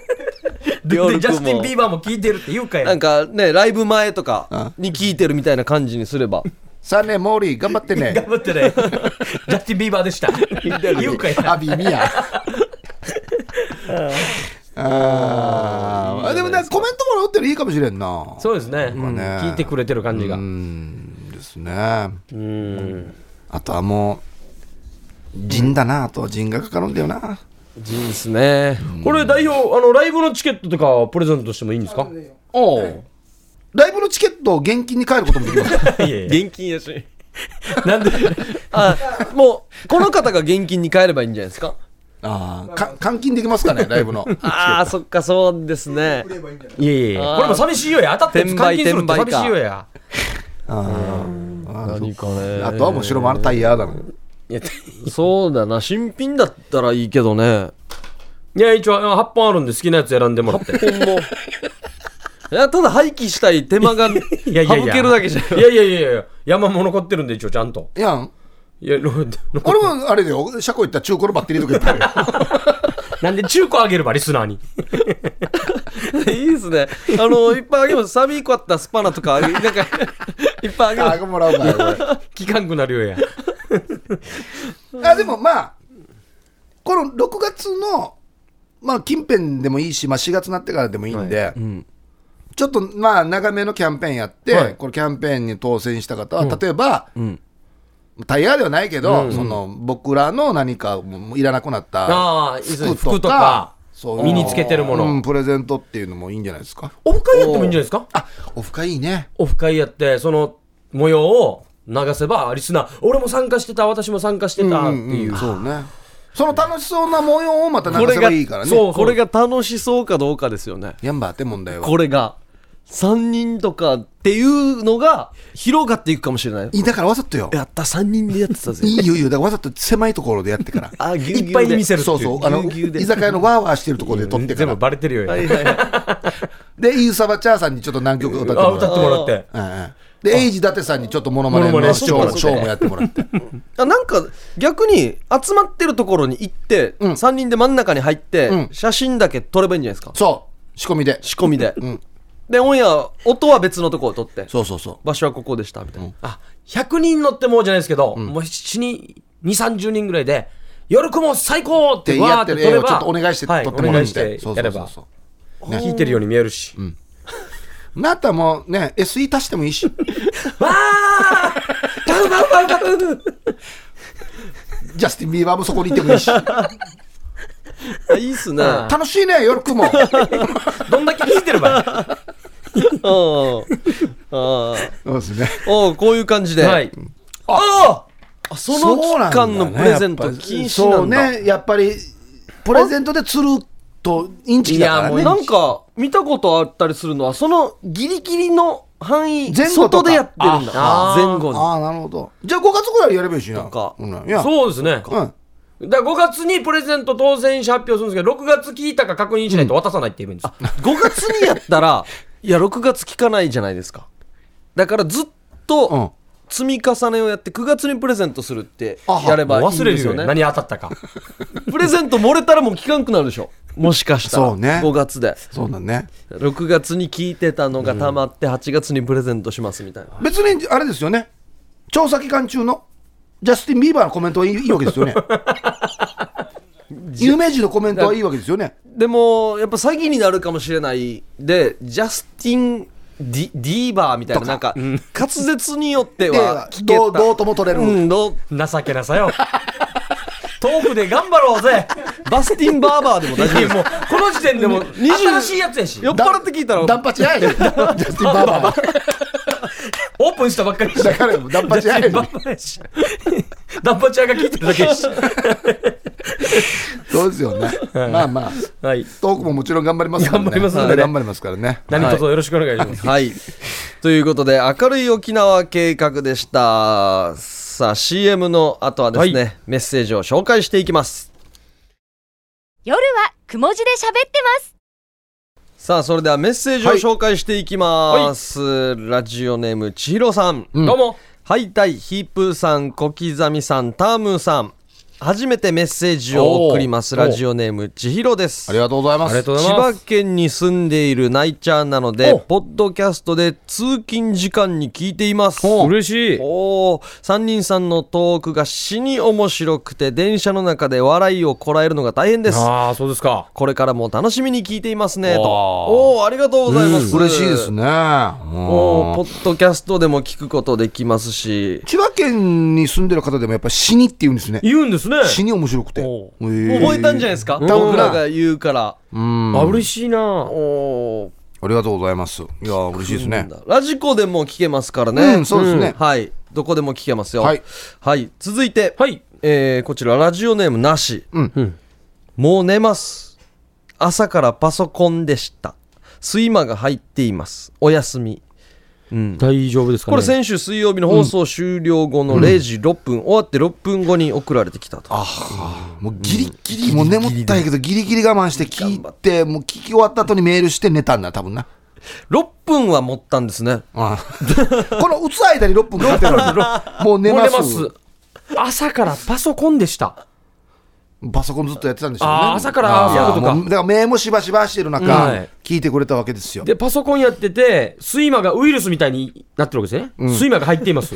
Speaker 2: で、
Speaker 1: 夜雲
Speaker 2: ジャスティン・ビーバーも聞いてるって言うか
Speaker 1: な
Speaker 2: や
Speaker 1: ん。かねライブ前とかに聞いてるみたいな感じにすれば
Speaker 3: サネ・モーリー、頑張ってね
Speaker 2: 頑。張ってね。ジャスティン・ビーバーでした。言うかや。
Speaker 3: アビミヤ。あーあでもなんかコメントもらうってのいいかもしれんな。
Speaker 2: そうですね。うん
Speaker 3: ね
Speaker 2: 聞いてくれてる感じが。
Speaker 3: うんですね。あとはもう、陣だな、あと陣がかかるんだよな。
Speaker 1: ジンすね
Speaker 2: これ代表、あの、ライブのチケットとかプレゼントしてもいいんですか
Speaker 3: おうライブのチケットを現金に変えることもできます。
Speaker 2: いやいや
Speaker 1: 現金やし
Speaker 2: なんで、
Speaker 1: あもうこの方が現金に変えればいいんじゃないです か
Speaker 3: ああ、か換金できますかね、ライブの。
Speaker 1: ああそっかそうですね
Speaker 2: いやいやいや
Speaker 1: あー
Speaker 2: これも寂しいよや。当たって
Speaker 1: 転
Speaker 2: 換
Speaker 1: 売
Speaker 2: 金するって
Speaker 1: 転売
Speaker 2: 寂
Speaker 1: か
Speaker 2: しいよや。
Speaker 1: 何かね
Speaker 3: あとはもう白丸タイヤだな。
Speaker 1: そうだな新品だったらいいけどね
Speaker 2: いや、一応、あの8本あるんで好きなやつ選んでもらって。
Speaker 1: ほんのいやただ廃棄したい手間が省
Speaker 2: いやいやいや。
Speaker 1: けるだけじゃん
Speaker 2: いやいやいやいや、山も残ってるんで、一応、ちゃんと。
Speaker 3: いやん。
Speaker 2: いや、ろ
Speaker 3: 俺もあれだよ、車庫行ったら中古のバッテリーとかいっぱいあるよ。
Speaker 2: なんで中古あげれば、リスナーに。
Speaker 1: いいですねあのいっぱいあげますサビーコあったスパナとかあげなんかいっぱい あげま
Speaker 3: あ
Speaker 1: す
Speaker 3: ごもらうから俺
Speaker 2: 聞かんくなるよや。
Speaker 3: あでもまあこの6月のまあ近辺でもいいし、まあ、4月になってからでもいいんで、ちょっとまあ長めのキャンペーンやって、
Speaker 2: はい
Speaker 3: このキャンペーンに当選した方は、例えば、タイヤではないけど、その僕らの何かもういらなくなった
Speaker 2: ああ、いいですね
Speaker 3: 服とか
Speaker 2: 服とか、
Speaker 3: そういう
Speaker 2: 身につけてるも
Speaker 3: う
Speaker 2: の
Speaker 3: ん。プレゼントっていうのもいいんじゃないですか
Speaker 2: オフ会やってもいいんじゃないですか
Speaker 3: あオフ会いいね
Speaker 2: オフ会やって、その模様を流せば、リスナー、俺も参加してた、私も参加してたっていう。
Speaker 3: んそうねその楽しそうな模様をまた
Speaker 1: こ
Speaker 3: 流
Speaker 1: れ
Speaker 3: せ
Speaker 1: が
Speaker 3: ばいいからね
Speaker 2: そう
Speaker 1: これが楽しそうかどうかですよね
Speaker 3: ヤンバーって問題は
Speaker 1: これが3人とかっていうのが広がっていくかもしれない
Speaker 3: いいだからわざとよ
Speaker 1: やった3人でやってたぜ
Speaker 3: いいよいいよ、だからわざと狭いところでやってから。
Speaker 1: あぎゅうぎゅうで
Speaker 2: いっぱいに見せるってい。
Speaker 3: そううそう、あの、
Speaker 1: ぎゅうぎゅうで
Speaker 3: 居酒屋のわーわーしてるところで撮ってか
Speaker 2: 全部
Speaker 3: ら。
Speaker 2: バレてるよや。
Speaker 3: で、イーサバチャーさんにちょっと何曲か歌って
Speaker 2: あ、
Speaker 3: もら
Speaker 2: 歌っ
Speaker 3: う
Speaker 2: てもらって。
Speaker 3: うんうん。で、エイジ伊達さんにちょっとモノマネ
Speaker 2: モノマ
Speaker 3: の
Speaker 2: ネ
Speaker 3: ショー
Speaker 2: そう
Speaker 3: も
Speaker 2: か
Speaker 3: ショーもやってもらって。
Speaker 1: あなんか逆に集まってるところに行って、
Speaker 3: うん
Speaker 1: 3人で真ん中に入って、
Speaker 3: うん
Speaker 1: 写真だけ撮ればいいんじゃないですか
Speaker 3: そう、仕込み で。
Speaker 1: 仕込みで、
Speaker 3: ん
Speaker 1: でオンエア音は別のとこを撮って
Speaker 3: そうそうそう。
Speaker 1: 場所はここでしたみたいな、
Speaker 2: あ、100人乗ってもうじゃないですけど、もう7人、2、30人ぐらいで、夜雲最高っ
Speaker 3: で、
Speaker 2: て、わー
Speaker 3: や
Speaker 2: っ
Speaker 3: っててる
Speaker 2: 撮
Speaker 3: 絵
Speaker 2: れ
Speaker 3: を
Speaker 2: ば、
Speaker 3: ちょっとお願いして撮
Speaker 2: はい
Speaker 3: ってもら
Speaker 2: お願
Speaker 3: っ
Speaker 2: い
Speaker 3: て。そう
Speaker 2: して
Speaker 3: そ
Speaker 2: やれ
Speaker 3: うそう
Speaker 2: ば、
Speaker 3: そう。
Speaker 2: 聞いてるように見えるし。
Speaker 3: なあとはもうね、SE 足してもいいし。
Speaker 2: わあバウバウバウバウ
Speaker 3: ジャスティン・ビーバーもそこにいてもいいし。
Speaker 1: あいいっすね
Speaker 2: あ
Speaker 3: 楽しいね、夜雲。
Speaker 2: どんだけ聞いてれば
Speaker 1: あー
Speaker 3: そうですね。
Speaker 1: おうこういう感じで、
Speaker 2: はい。
Speaker 1: ああその
Speaker 3: そうなん
Speaker 1: 期間
Speaker 3: だね
Speaker 1: のプレゼント禁止なんだ
Speaker 3: やっぱりそうね、やっぱり、プレゼントで釣るとインチキだから
Speaker 2: い
Speaker 3: ね。
Speaker 2: や
Speaker 1: な
Speaker 2: も
Speaker 1: んか見たことあったりするのはそのギリギリの範囲
Speaker 3: 前後
Speaker 1: 外
Speaker 3: とか
Speaker 1: でやってるんだ
Speaker 2: あー
Speaker 1: 前後に
Speaker 3: ああ、なるほど。じゃあ5月ぐらいやればいいしな。
Speaker 1: とか
Speaker 3: うんいや、
Speaker 2: そうですね。
Speaker 3: うん。
Speaker 2: だから5月にプレゼント当選者発表するんですけど、6月聞いたか確認しないと渡さないって言うんです。
Speaker 1: 5月にやったらいや6月聞かないじゃないですかだからずっ
Speaker 3: うん
Speaker 1: と積み重ねをやって9月にプレゼントするって
Speaker 3: あ
Speaker 1: やればいいん
Speaker 2: 忘れ
Speaker 1: で
Speaker 2: る
Speaker 1: すよ
Speaker 2: よね。
Speaker 1: ね
Speaker 2: 何当たったか。
Speaker 1: プレゼント漏れたらもう聞かんくなるでしょもしかしたら
Speaker 3: そうね
Speaker 1: 5月で
Speaker 3: そうだね。
Speaker 1: 6月に聞いてたのがたまって8月にプレゼントしますみたいな、
Speaker 3: 別に、あれですよね。調査期間中の、ジャスティン・ビーバーのコメントはいいいいわけです よね。有名人のコメントはいいわけですよね。
Speaker 1: でもやっぱ詐欺になるかもしれないでジャスティン・ディディーバーみたいななんか滑舌によって
Speaker 3: で
Speaker 1: は聞、け
Speaker 3: どう、
Speaker 1: た
Speaker 3: どうとも取れる。
Speaker 1: うんどう
Speaker 2: 情けなさよ。豆腐で頑張ろうぜ。
Speaker 1: バスティン・バーバーでも大丈夫
Speaker 2: いやもう、この時点でもう、
Speaker 1: 20
Speaker 2: 新しいやつやし。
Speaker 1: 酔っ払って聞いたら
Speaker 3: ダンパチや い。ジャスティン・バーバー。
Speaker 2: オープンしたばっかりやし
Speaker 3: だからよダンパチやい。
Speaker 2: ダンパチやし。ダンパチ屋が聞いてるだけやし。
Speaker 3: そうですよね。まあまあ。
Speaker 2: はい。
Speaker 3: トークももちろん頑張りますからね。
Speaker 2: 頑張りますんでね
Speaker 3: はい頑張りますからね。
Speaker 2: 何卒よろしくお願いします。
Speaker 1: はい。ということで、明るい沖縄計画でした。さあ、CM の後はですね、
Speaker 2: は
Speaker 1: メッセージを紹介していきます。
Speaker 6: 夜はくも字で喋ってます
Speaker 1: さあ、それではメッセージを紹介していきます。ラジオネーム、ちひろさん。
Speaker 3: うん
Speaker 2: どうも。
Speaker 1: ハイタイ、ヒープーさん、小刻みさん、タームーさん。初めてメッセージを送ります。
Speaker 2: おー
Speaker 1: ラジオネーム、ちひろです。
Speaker 3: ありがとうございま
Speaker 2: ありが
Speaker 3: す
Speaker 2: と。うござ
Speaker 1: 千
Speaker 2: います。
Speaker 1: 葉県に住んでいるナイチャーなので
Speaker 2: お
Speaker 1: ポッドキャストで通勤時間に聞いています
Speaker 2: 嬉しい。
Speaker 1: おお三人さんのトークが死に面白くて電車の中で笑いをこらえるのが大変です
Speaker 2: ああ、そうですか。
Speaker 1: これからも楽しみに聞いていますねと
Speaker 2: おー
Speaker 1: おおありがとうございます、
Speaker 3: 嬉しいですね。うん
Speaker 1: おーポッドキャストでも聞くことできますし
Speaker 3: 千葉県に住んでる方でもやっぱ死にって言うんですね。
Speaker 2: 言うんですね。
Speaker 3: 死に面白くて。
Speaker 2: お
Speaker 1: 覚えたんじゃない
Speaker 3: い
Speaker 1: ですか
Speaker 3: ん
Speaker 1: 僕らが言うから
Speaker 3: うん。
Speaker 2: あ、
Speaker 3: あ
Speaker 2: 嬉しいな。
Speaker 1: おー
Speaker 3: りがとうございます。いやー、嬉しいですね。
Speaker 1: ラジコでも聞けますからね、
Speaker 3: うんそうですね
Speaker 1: はいどこでも聞けますよ
Speaker 3: はい、
Speaker 1: はい続いて、
Speaker 2: はい。
Speaker 1: えーこちらラジオネームなし、
Speaker 3: うん
Speaker 2: うん
Speaker 1: もう寝ます朝からパソコンでした睡魔が入っていますおやすみ、うん、
Speaker 2: 大丈夫ですかね。
Speaker 1: これ先週水曜日の放送終了後の0時6分、終わって6分後に送られてきたと
Speaker 3: もうギリギリ、もう眠ったんやけど、ギリギリ我慢して聞い、
Speaker 1: 頑張って
Speaker 3: もう聞き終わった後にメールして寝たんだ、多分な。
Speaker 1: 6分は持ったんですね
Speaker 3: ああこの打つ間に6分かかってるわけもう寝
Speaker 2: もう
Speaker 3: ま
Speaker 2: 寝
Speaker 3: す
Speaker 2: ます。朝からパソコンでした。
Speaker 3: パソコンずっとやってたんでしょうね
Speaker 2: あー朝から
Speaker 3: あー
Speaker 2: そういうことか
Speaker 3: もだから目もしばしばしてる中、
Speaker 2: はい
Speaker 3: 聞いてくれたわけですよ
Speaker 2: で、パソコンやってて、睡魔がウイルスみたいになってるわけですね。睡魔が入って います。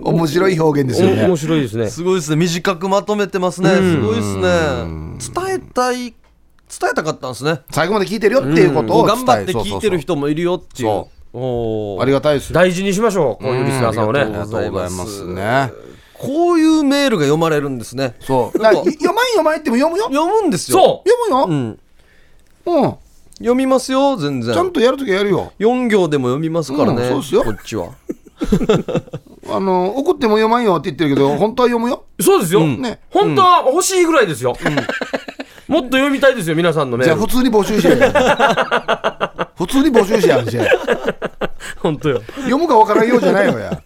Speaker 3: 面白い表現ですよ
Speaker 2: お面
Speaker 3: ね
Speaker 2: 白いですね。
Speaker 1: すごいですね短くまとめてますねすごいですね伝えたい伝えたかったんですね
Speaker 3: 最後まで聞いてるよっていうこと
Speaker 1: こ
Speaker 3: を
Speaker 1: う
Speaker 3: 伝え
Speaker 1: 頑張って
Speaker 3: そう
Speaker 1: 聞
Speaker 3: そうそう
Speaker 1: いてる人もいるよっていう
Speaker 3: そ
Speaker 1: おー
Speaker 3: ありがたいですよ
Speaker 2: 大事にしましょう、こういうリスナーさんを
Speaker 3: あ
Speaker 1: ん
Speaker 3: り
Speaker 2: ね
Speaker 3: が。とうございますね
Speaker 1: こういうメールが読まれるんですね
Speaker 3: そう
Speaker 1: な
Speaker 3: だ
Speaker 1: ん
Speaker 3: か
Speaker 1: か
Speaker 3: ら読まん読まんっても読むよ
Speaker 1: 読むんですよ
Speaker 2: そう
Speaker 3: 読
Speaker 1: う
Speaker 3: む
Speaker 1: ん、
Speaker 3: よ、うん、
Speaker 1: 読みますよ全然
Speaker 3: ちゃんとやるときはやるよ
Speaker 1: 4行でも読みますからね、
Speaker 3: うんそうですよ
Speaker 1: こっちは
Speaker 3: あの送っても読まんよって言ってるけど本当は読むよ
Speaker 2: そうですよ、
Speaker 3: ね
Speaker 2: 本当は欲しいぐらいですよ、もっと読みたいですよ皆さんのメ
Speaker 3: じゃ
Speaker 2: ー
Speaker 3: あ普
Speaker 2: ル
Speaker 3: 通に募集してや普通に募集してやるじゃん
Speaker 2: 本当よ
Speaker 3: 読むか分からんようじゃないよや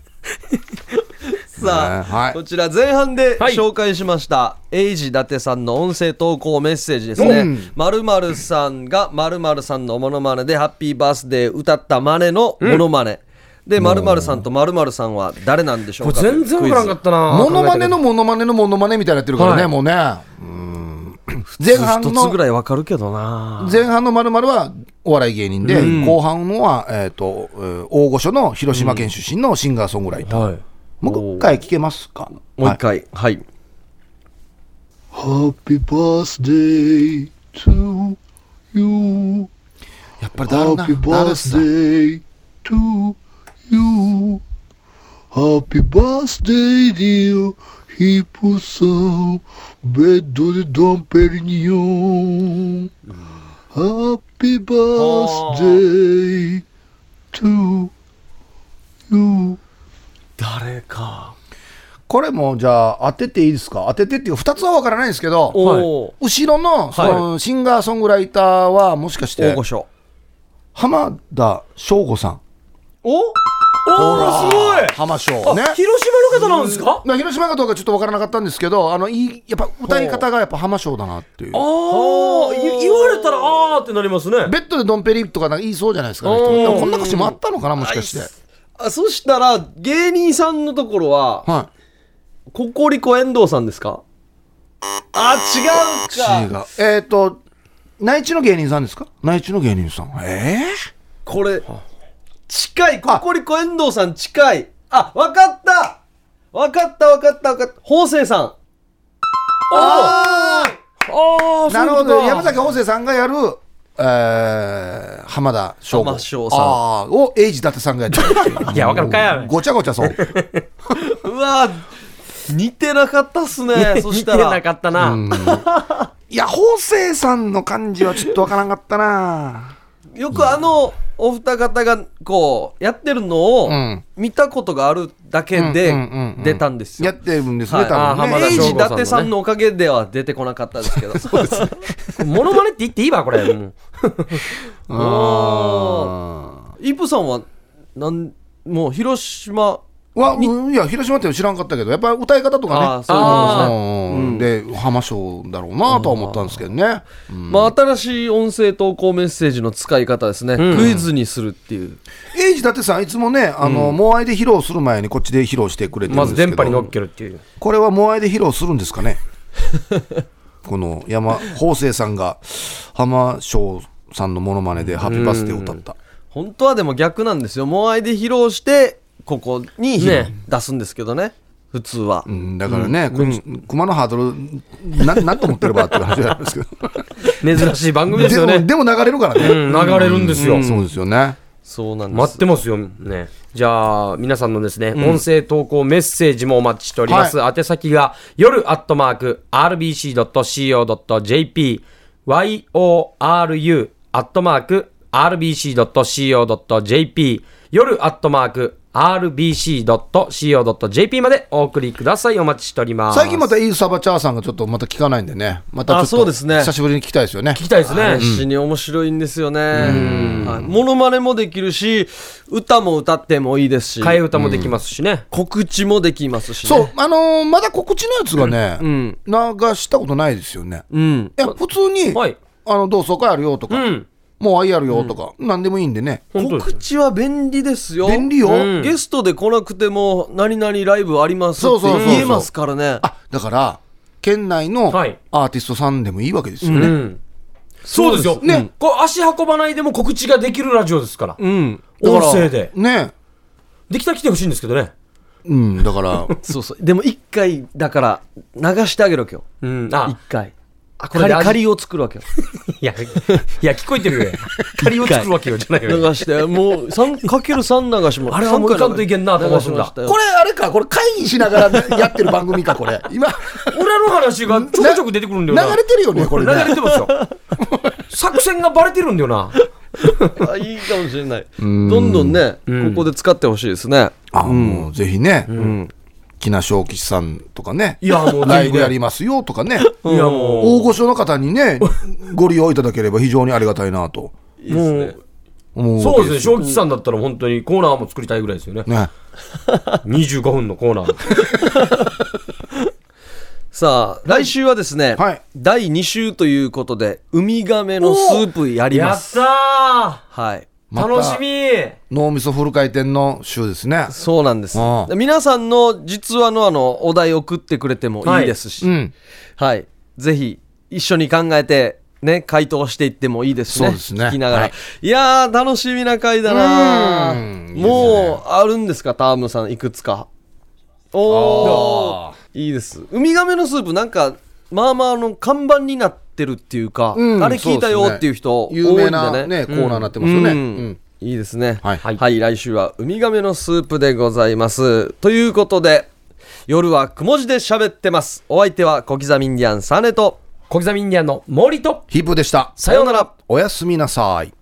Speaker 1: さあ、
Speaker 3: ねはい
Speaker 1: こちら前半で
Speaker 2: はい
Speaker 1: 紹介しました、エイジ伊達さんの音声投稿メッセージですね、
Speaker 3: うん
Speaker 1: 〇〇さんが〇〇さんのモノマネでハッピーバースデー歌ったマネのモノマネ、で〇〇さんと〇〇さんは誰なんでしょ
Speaker 2: こ
Speaker 1: う
Speaker 2: れ
Speaker 1: か
Speaker 2: 全然わからんかったな
Speaker 3: モノマネのモノマネのモノマネみたいになってるからね、
Speaker 2: はい
Speaker 3: もうね。うん前半
Speaker 1: 一つぐ
Speaker 3: の、
Speaker 1: らいわかるけどな
Speaker 3: 前半のまるはお笑い芸人で、後半のは、えっ、と、えー大御所の広島県出身のシンガーソングライター。
Speaker 2: はい
Speaker 3: もう一回聞けますか
Speaker 1: もう一
Speaker 3: は
Speaker 1: 回はい、
Speaker 5: Happy birthday to you.
Speaker 3: いやっぱりだるな
Speaker 5: Happy
Speaker 3: だるさ
Speaker 5: birthday to you. Happy birthday, dear Hippo Song. Bed do the Dom Perignon. Happy birthday to you.
Speaker 1: 誰か。
Speaker 3: これもじゃあ当てていいですか当ててっていう2つは分からないんですけど
Speaker 1: おお。
Speaker 3: 後ろのそのシンガーソングライターはもしかして
Speaker 1: 大御所。
Speaker 3: 浜田省吾さん
Speaker 2: おおーすごい
Speaker 3: 浜省ね
Speaker 2: あ広島の方なんですか
Speaker 3: まあ広島かどうかちょっと分からなかったんですけどあのいいやっぱ歌い方がやっぱ浜省だなっていう
Speaker 2: ああ言われたらああってなりますね
Speaker 3: ベッドでドンペリとかなんか言いそうじゃないですか、ね、人でもこんな歌詞もあったのかなもしかして
Speaker 1: あそしたら、芸人さんのところは、
Speaker 3: は
Speaker 1: ココリコ遠藤さんですかあ、
Speaker 3: い
Speaker 1: 違うか。
Speaker 3: えっ、と内地の芸人さんですか内地の芸人さんえ
Speaker 1: これ、近い、ココリコ遠藤さん近い。あ、わかったわかったわかったわかった。法政さん。
Speaker 2: ああ
Speaker 3: ー、なるほど山崎邦生さんがやるえー、浜田省
Speaker 1: 浜
Speaker 3: 吾
Speaker 1: 田省さん
Speaker 3: あーをエイジ伊達さんがやってるっていう
Speaker 2: いやわかるかや
Speaker 3: ごちゃごちゃそう
Speaker 1: うわ似てなかったっす ね。そ した
Speaker 2: 見てな
Speaker 1: ら、
Speaker 2: かったな、
Speaker 3: いや法政さんの感じはちょっとわからなかったな
Speaker 1: よくあの、お二方が、こう、やってるのを
Speaker 3: うん、
Speaker 1: 見たことがあるだけ
Speaker 3: う
Speaker 1: で
Speaker 3: んうんうんうん、
Speaker 1: 出たんですよ。
Speaker 3: やってるんですね、
Speaker 1: はい、
Speaker 3: 多分
Speaker 2: あ
Speaker 3: ね
Speaker 2: ー浜田
Speaker 1: エイ
Speaker 2: 省
Speaker 1: ジ伊
Speaker 2: 吾さんのね
Speaker 1: 達さんの おかげでは出てこなかったですけど。そう です。
Speaker 2: モノマネって言っていいわこれもう
Speaker 1: あイプさんは、なん、もう広島、
Speaker 3: わ、うんいや、広島って知らんかったけど、やっぱり歌い方と
Speaker 1: あ
Speaker 3: か
Speaker 1: あ
Speaker 3: ね。
Speaker 1: そういうことですね。
Speaker 3: うんで、浜省だろうなとは思ったんですけどね。
Speaker 1: まあ、新しい音声投稿メッセージの使い方ですね、クイズにするっていう
Speaker 3: エイジ伊達さん、いつもね、あの、モアイで披露する前にこっちで披露してくれてる
Speaker 2: ま
Speaker 3: んで
Speaker 2: ず
Speaker 3: すけ
Speaker 2: 電
Speaker 3: ど、
Speaker 2: 波に乗っけるっていう
Speaker 3: これはモアイで披露するんですか ねこの山、法政さんが浜省さんのモノマネでハッピーバースデーを歌った。
Speaker 1: 本当はでも逆なんですよモアイで披露してここに
Speaker 2: ね
Speaker 1: 出すんですけどね普通は、
Speaker 3: うん、だからね、こ熊のハードル、ななんと思ってればっていう話なんですけど。
Speaker 2: 珍しい番 組ですよ
Speaker 3: でも、
Speaker 2: ね
Speaker 3: でも流れるからね。
Speaker 2: うん流れるんですよ、
Speaker 3: うんそうですよね。
Speaker 1: そうなんで
Speaker 2: 待っ
Speaker 1: す
Speaker 2: てますよ、ね、じゃあ皆さんのですね、音声投稿メッセージもお待ちしております、宛先が夜アットマーク RBC.CO.JP YORU アットマーク RBC.CO.JP 夜アットマーク RBC.CO.JP までお送りくださいお待ちしております
Speaker 3: 最近ま
Speaker 2: 聞
Speaker 3: たいいサバチャーさんがちょっとまた聞かないんでね、またちょ
Speaker 1: あ
Speaker 3: っ
Speaker 1: そう
Speaker 3: と
Speaker 1: ですね
Speaker 3: 久しぶりに聞きたいですよね。
Speaker 2: きたいですね、
Speaker 1: 話に面白いんですよねはいモノマネもできるし歌も歌ってもいいですし
Speaker 2: 替え歌もできますしね、
Speaker 1: 告知もできますし、ね、
Speaker 3: そう、あのーまだ告知のやつがね、
Speaker 1: ん
Speaker 3: 流したことないですよね。
Speaker 1: うん
Speaker 3: いや、普通に、
Speaker 2: はい
Speaker 3: あの同窓会あるよとか、
Speaker 2: うん
Speaker 3: もう愛あるよとか、なんでもいいんでね。
Speaker 2: 本当です
Speaker 1: 告知は便利ですよ
Speaker 3: 便利よ
Speaker 1: うんゲストで来なくても何々ライブあります
Speaker 3: そう
Speaker 1: って
Speaker 3: そうそうそう
Speaker 1: 言えますからね
Speaker 3: あ、だから、県内の
Speaker 2: はい
Speaker 3: アーティストさんでもいいわけですよね。
Speaker 2: うんそうですよ。
Speaker 3: ね
Speaker 2: ね。こう足運ばないでも告知ができるラジオですから。
Speaker 1: うん
Speaker 3: だから
Speaker 2: 音声で。
Speaker 3: ね。
Speaker 2: できたら来てほしいんですけどね。
Speaker 3: うん、だ から、
Speaker 1: そうそう。でも一回、だから、流してあげるわけよ。
Speaker 2: うん。あ
Speaker 1: 一、回。あ、
Speaker 2: こ
Speaker 1: こ
Speaker 2: れ
Speaker 1: れ
Speaker 2: で
Speaker 1: で
Speaker 2: 味
Speaker 1: 仮を作るわけよ。
Speaker 2: いや、いや、聞こえてるよ。 仮を作るわけよ、じゃない
Speaker 1: 流
Speaker 2: よ。
Speaker 1: して、もう、三かける三流しも。
Speaker 2: あれはもう
Speaker 1: 三回
Speaker 2: いかんといけんなと思ってんだ
Speaker 1: 流しましたよ
Speaker 3: これあれか、これ会議しながらやってる番組か、これ。今、
Speaker 2: 俺の話がちょくちょく出てくるんだ
Speaker 3: 流
Speaker 2: よな。
Speaker 3: れてるよね、これね。
Speaker 2: 流れてますよ。作戦がバレてるんだよな。
Speaker 1: あいいかもしれない。どんどんね、ここで使ってほしいですね。
Speaker 3: あ、もうぜひね、木梨正吉さんとかね、
Speaker 2: いやもう
Speaker 3: ライブやりますよとかね、
Speaker 2: いや、も
Speaker 3: 大御所の方 にね、ご利用いただければ非常にありがたいなと
Speaker 2: う、もう、
Speaker 3: 思うわ
Speaker 2: そう
Speaker 3: け
Speaker 2: で
Speaker 3: です
Speaker 2: すね、正吉さんだったら本当にコーナーも作りたいぐらいですよね。
Speaker 3: ね。
Speaker 2: 25分のコーナー。
Speaker 1: さあ、来週はですね、
Speaker 3: はい
Speaker 1: 第2週ということで、ウミガメのスープやり
Speaker 2: や
Speaker 1: ま
Speaker 2: っ
Speaker 1: す。
Speaker 2: た
Speaker 1: はい。
Speaker 3: ま
Speaker 2: ー
Speaker 3: た
Speaker 2: 楽しみ
Speaker 3: 脳みそフル回転の週ですね。
Speaker 1: そうなんです
Speaker 3: ああ。
Speaker 1: 皆さんの実話のあの、お題送ってくれてもいいですし、
Speaker 3: う
Speaker 1: はい。
Speaker 3: ん、
Speaker 1: ぜひ、一緒に考えて、ね、回答していってもいいですね。
Speaker 3: そうですね
Speaker 1: 聞きながら。
Speaker 3: はい
Speaker 1: い、やー、楽しみな回だな
Speaker 3: うんいいですね
Speaker 1: もう、あるんですか、タームさん、いくつか。おー、いいです。ウミガメのスープ、なんか、まあまあ、あの、看板になってるっていうか、
Speaker 3: うん
Speaker 1: あれ聞いたよっていう人、多いんで
Speaker 3: 有名な、
Speaker 1: ね
Speaker 3: ね、コーナーになってますよね。
Speaker 1: う
Speaker 3: うんん
Speaker 1: いいですね。
Speaker 3: はい
Speaker 1: はい、来週はウミガメのスープでございます。ということで、夜はくも字で喋ってます。お相手は小刻みインディアンサネと、
Speaker 2: 小刻みインディアンの森と
Speaker 3: ヒープーでした。
Speaker 1: さようなら。
Speaker 3: おやすみなさい。